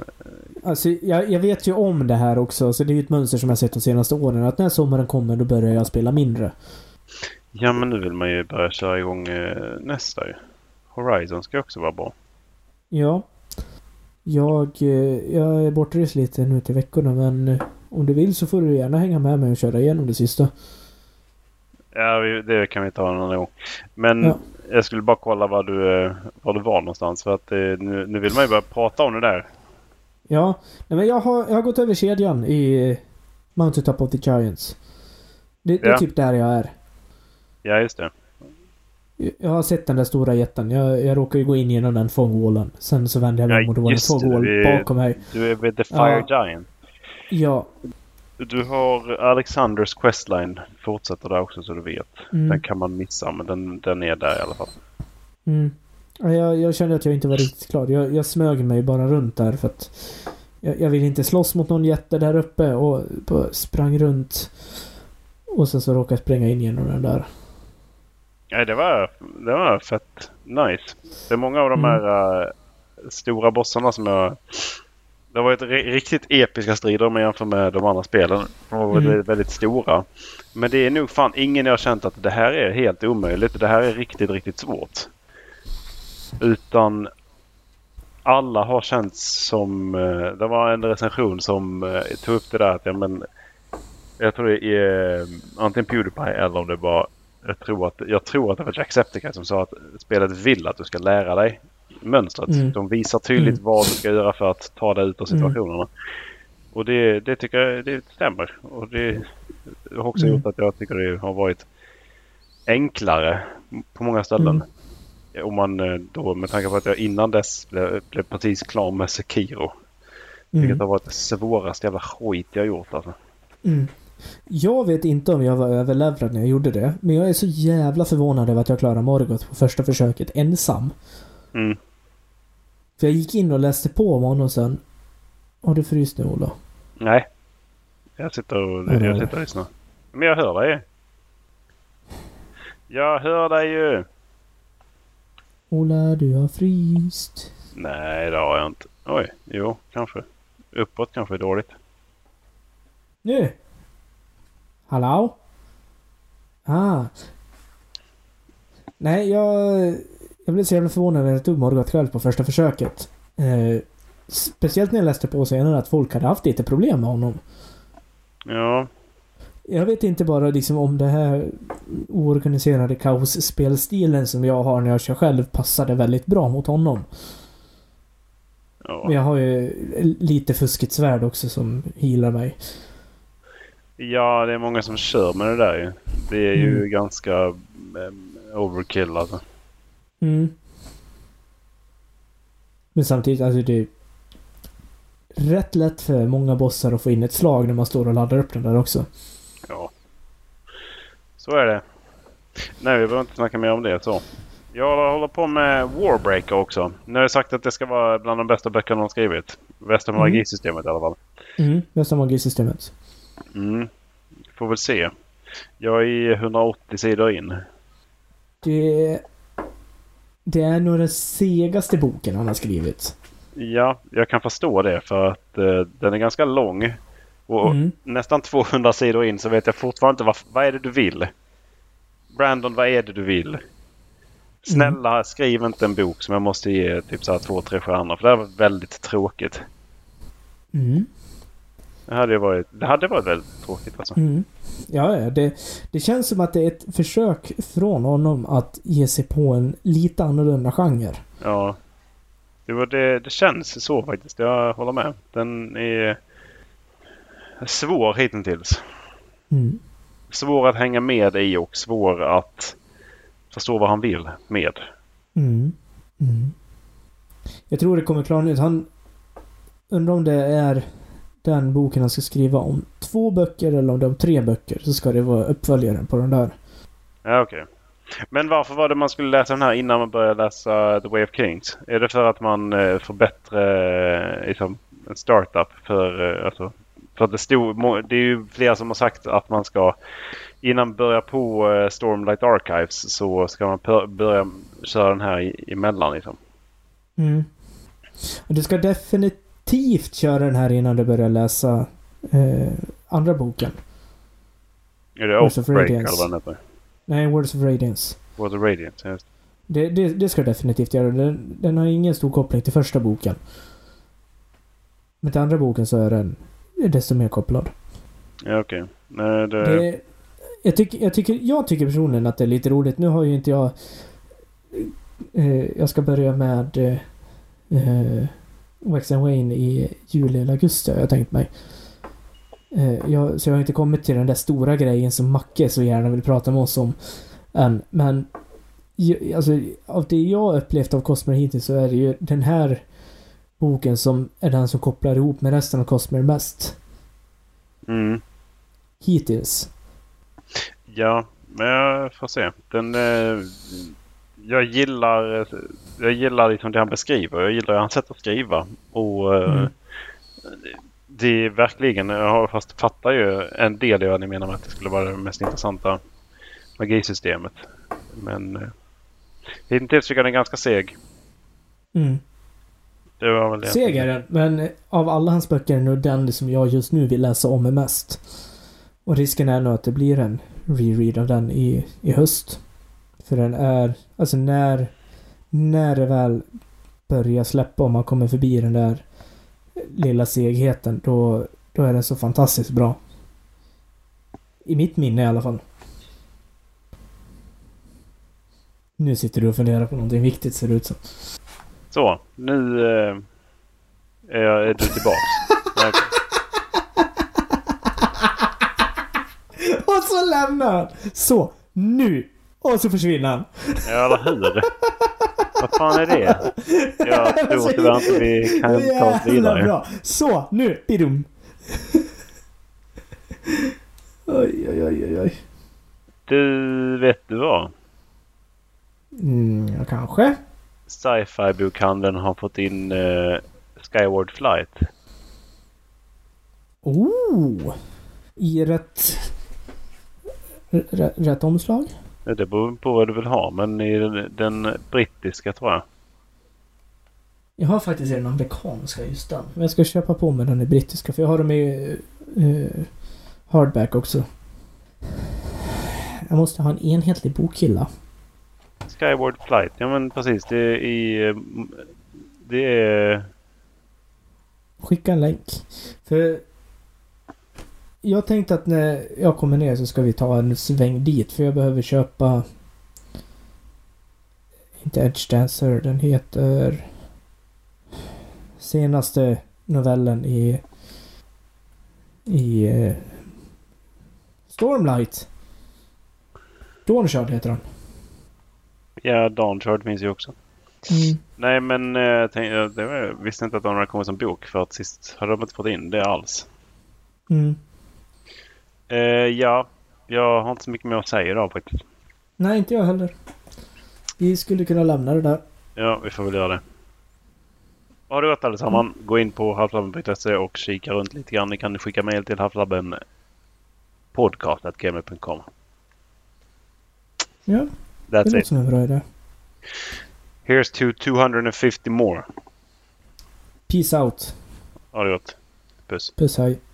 [SPEAKER 3] Alltså jag, jag vet ju om det här också, så det är ju ett mönster som jag sett de senaste åren. Att när sommaren kommer då börjar jag spela mindre.
[SPEAKER 1] ja men nu vill man ju börja köra igång eh, nästa ju. Horizon ska också vara bra.
[SPEAKER 3] Ja. Jag, eh, jag är bortrest lite nu till veckorna men eh, om du vill så får du gärna hänga med mig och köra igenom det sista.
[SPEAKER 1] Ja, vi- det kan vi ta någon gång. Men
[SPEAKER 3] Ja.
[SPEAKER 1] jag skulle bara kolla var du, eh, var du var någonstans. För att eh, nu, nu vill man ju börja prata om det där.
[SPEAKER 3] Ja, nej men jag har, jag har gått över kedjan i eh, Mountaintop of the Giants. Det, det är
[SPEAKER 1] Ja.
[SPEAKER 3] typ där jag är.
[SPEAKER 1] Ja, just det.
[SPEAKER 3] Jag har sett den där stora jätten. Jag, jag råkade ju gå in genom den fångwallen. Sen så vände jag mig
[SPEAKER 1] Ja,
[SPEAKER 3] om och då var det en
[SPEAKER 1] just det,
[SPEAKER 3] fångwall
[SPEAKER 1] vi-
[SPEAKER 3] bakom mig.
[SPEAKER 1] Du är vid The Fire Giant.
[SPEAKER 3] Ja.
[SPEAKER 1] Du har Alexanders Questline fortsätter där också så du vet. Den
[SPEAKER 3] Mm,
[SPEAKER 1] kan man missa men den, den är där i alla fall.
[SPEAKER 3] mm. Ja, Jag, jag kände att jag inte var riktigt klar. Jag, jag smög mig bara runt där för att jag, jag ville inte slåss mot någon jätte där uppe och bara sprang runt. Och sen så råkade jag spränga in genom den där.
[SPEAKER 1] Nej, det var, det var fett nice. Det är många av de
[SPEAKER 3] Mm.
[SPEAKER 1] här äh, stora bossarna som jag... Det har varit ri- riktigt episka strider om man jämför med de andra spelen. De har varit
[SPEAKER 3] Mm.
[SPEAKER 1] väldigt stora. Men det är nog fan ingen jag har känt att det här är helt omöjligt. Det här är riktigt, riktigt svårt. Utan alla har känts som... eh, Det var en recension som eh, tog upp det där att ja, men, jag tror det är eh, antingen Pewdiepie eller om det var... Jag tror att, jag tror att det var Jacksepticeye som sa att spelet vill att du ska lära dig mönstret.
[SPEAKER 3] Mm.
[SPEAKER 1] De visar tydligt
[SPEAKER 3] Mm.
[SPEAKER 1] vad du ska göra för att ta dig ut ur
[SPEAKER 3] Mm.
[SPEAKER 1] situationerna. Och det, det tycker jag det stämmer. Och det har också
[SPEAKER 3] Mm.
[SPEAKER 1] gjort att jag tycker det har varit enklare på många ställen.
[SPEAKER 3] Mm.
[SPEAKER 1] Om man eh, då med tanke på att jag innan dess blev, blev precis klar med Sekiro. Vilket
[SPEAKER 3] Mm.
[SPEAKER 1] har varit det svåraste jävla skit jag gjort alltså.
[SPEAKER 3] Mm. Jag vet inte om jag var överlevrad när jag gjorde det. Men jag är så jävla förvånad över att jag klarade Morgoth på första försöket ensam.
[SPEAKER 1] Mm.
[SPEAKER 3] För jag gick in och läste på om honom sen. Har du fryst nu Ola?
[SPEAKER 1] Nej. Jag sitter och,
[SPEAKER 3] Ja, det är
[SPEAKER 1] jag
[SPEAKER 3] det.
[SPEAKER 1] sitter och lyssnar. Men jag hör dig. Jag hör dig ju.
[SPEAKER 3] Ola, du har fryst.
[SPEAKER 1] Nej, det har jag inte. Oj, jo, kanske. Uppåt kanske är dåligt.
[SPEAKER 3] Nu! Hallå? Ah. Nej, jag... Jag blev så jävla förvånad när jag tog Morgoth själv på första försöket. Eh, speciellt när jag läste på senare att folk hade haft lite problem med honom.
[SPEAKER 1] Ja,
[SPEAKER 3] Jag vet inte bara liksom om det här oorganiserade kaosspelstilen som jag har när jag kör själv passade väldigt bra mot honom.
[SPEAKER 1] Ja.
[SPEAKER 3] Men jag har ju lite fuskigt svärd också som healar mig.
[SPEAKER 1] ja, det är många som kör med det där ju. Det är ju
[SPEAKER 3] Mm.
[SPEAKER 1] ganska ehm, overkill alltså.
[SPEAKER 3] Mm. Men samtidigt, alltså det är rätt lätt för många bossar att få in ett slag när man står och laddar upp den där också.
[SPEAKER 1] Ja. Så är det. Nej, vi behöver inte snacka mer om det så. Jag håller på med Warbreaker också. Nu har jag sagt att det ska vara bland de bästa böckerna de skrivit. Västermagisystemet i alla fall.
[SPEAKER 3] Mm. Nästa magisystemet.
[SPEAKER 1] Mm. Får väl se. Jag är 180 sidor in.
[SPEAKER 3] Det... Det är nog den segaste boken han har skrivit.
[SPEAKER 1] Ja, jag kan förstå det för att eh, den är ganska lång. Och
[SPEAKER 3] Mm.
[SPEAKER 1] nästan 200 sidor in så vet jag fortfarande inte vad, vad är det du vill. Brandon, vad är det du vill? Snälla,
[SPEAKER 3] Mm.
[SPEAKER 1] skriv inte en bok som jag måste ge typ så här två, tre stjärnor för det här var väldigt tråkigt.
[SPEAKER 3] Mm.
[SPEAKER 1] Det hade ju varit, det hade varit väldigt tråkigt alltså.
[SPEAKER 3] Mm. Ja, ja, det, det känns som att det är ett försök från honom att ge sig på en lite annorlunda genre.
[SPEAKER 1] Ja. Det, var det, det känns så faktiskt. Jag håller med. Den är svår hittills.
[SPEAKER 3] Mm.
[SPEAKER 1] Svår att hänga med i och svår att förstå vad han vill med.
[SPEAKER 3] Mm. Mm. Jag tror det kommer klara ut. Han... Undrar om det är den boken han ska skriva om två böcker eller om det är om tre böcker så ska det vara uppföljaren på den där.
[SPEAKER 1] Ja, okej. Men varför var det man skulle läsa den här innan man började läsa The Way of Kings? Är det för att man eh, får bättre eh, liksom, en startup? För, eh, alltså, för att det, stod, må- det är ju flera som har sagt att man ska innan man börjar på eh, Stormlight Archives så ska man pör- börja köra den här i- emellan. Liksom.
[SPEAKER 3] Mm. Och du ska definitivt köra den här innan du börjar läsa eh, andra boken.
[SPEAKER 1] Är det
[SPEAKER 3] Words of
[SPEAKER 1] Outbreak eller
[SPEAKER 3] Radiance.
[SPEAKER 1] vad den heter?
[SPEAKER 3] Nej, Words of Radiance.
[SPEAKER 1] Words of Radiance. just.
[SPEAKER 3] Det, det, det ska du definitivt göra. Den, den har ingen stor koppling till första boken. Men till andra boken så är den desto mer kopplad.
[SPEAKER 1] Ja, okej. Nej, det...
[SPEAKER 3] Det, jag, tycker, jag, tycker, jag tycker personligen att det är lite roligt. Nu har ju inte jag... Eh, jag ska börja med eh, eh, Wax and Wayne i juli eller augusti har jag tänkt mig. Eh, jag, så jag har inte kommit till den där stora grejen som Macke så gärna vill prata med oss om än. Men ju- alltså, av det jag upplevt av Cosmer hittills så är det ju den här boken som är den som kopplar ihop med resten av Cosmer mest.
[SPEAKER 1] Mm.
[SPEAKER 3] Hittills.
[SPEAKER 1] Ja, men jag får se. Den, eh, jag gillar, jag gillar liksom det han beskriver. Jag gillar hans sätt att skriva. Och eh,
[SPEAKER 3] Mm.
[SPEAKER 1] det är verkligen, jag har- fast fattar ju en del i vad ni menar med att det skulle vara det mest intressanta magisystemet. Men eh, hittills tycker jag den är ganska seg.
[SPEAKER 3] Mm.
[SPEAKER 1] Det var väl det.
[SPEAKER 3] Segaren, men av alla hans böcker är nog den som jag just nu vill läsa om mest. Och risken är nog att det blir en reread av den i, i höst. För den är, alltså när, när det väl börjar släppa och man kommer förbi den där lilla segheten, då, då är den så fantastiskt bra. I mitt minne i alla fall. Nu sitter du och funderar på någonting viktigt ser det ut som.
[SPEAKER 1] Så, nu eh, är, jag- är du tillbaks. Nej,
[SPEAKER 3] Och så lämnar han. Så, nu! Och så försvinner han.
[SPEAKER 1] Ja, eller hur? Vad fan är det? Jag tror tyvärr inte vi kan ta oss
[SPEAKER 3] alltså, Jävla
[SPEAKER 1] vidare.
[SPEAKER 3] bra. Så, nu! Bidum. Oj, oj, oj, oj, oj.
[SPEAKER 1] Du, vet du vad?
[SPEAKER 3] Mm, ja, kanske.
[SPEAKER 1] Sci-fi-bokhandeln har fått in eh, Skyward Flight.
[SPEAKER 3] Oh! I rätt... Rätt, rätt omslag?
[SPEAKER 1] Det beror på vad du vill ha, men i den, den brittiska tror jag.
[SPEAKER 3] Jag har faktiskt den amerikanska just den. Men jag ska köpa på mig den i brittiska för jag har dem i eh, hardback också. Jag måste ha en enhetlig bokhylla.
[SPEAKER 1] Skyward Flight, ja men precis. Det är i... eh, Det är...
[SPEAKER 3] Skicka en länk. För jag tänkte att när jag kommer ner så ska vi ta en sväng dit för jag behöver köpa... Inte Edge Dancer, den heter... senaste novellen i... I... eh, Stormlight. Dawnshard heter han.
[SPEAKER 1] Ja, Dawnshard finns ju också.
[SPEAKER 3] Mm.
[SPEAKER 1] Nej, men eh, jag tänkte, jag det var, jag visste inte att de hade kommit som bok för att sist hade de inte fått in det alls.
[SPEAKER 3] Mm.
[SPEAKER 1] Eh, ja, jag har inte så mycket mer att säga idag faktiskt.
[SPEAKER 3] Nej, inte jag heller. Vi skulle kunna lämna det där.
[SPEAKER 1] Ja, vi får väl göra det. Ha det gott allesamman. Gå in på halflabben.se och kika runt lite grann. Ni kan skicka mejl till halflabben podcast.gmail.com.
[SPEAKER 3] Ja, det
[SPEAKER 1] That's
[SPEAKER 3] låter
[SPEAKER 1] it.
[SPEAKER 3] som en bra idé.
[SPEAKER 1] Here's to 250 more.
[SPEAKER 3] Peace out.
[SPEAKER 1] Ha det gott. Puss.
[SPEAKER 3] Puss hej.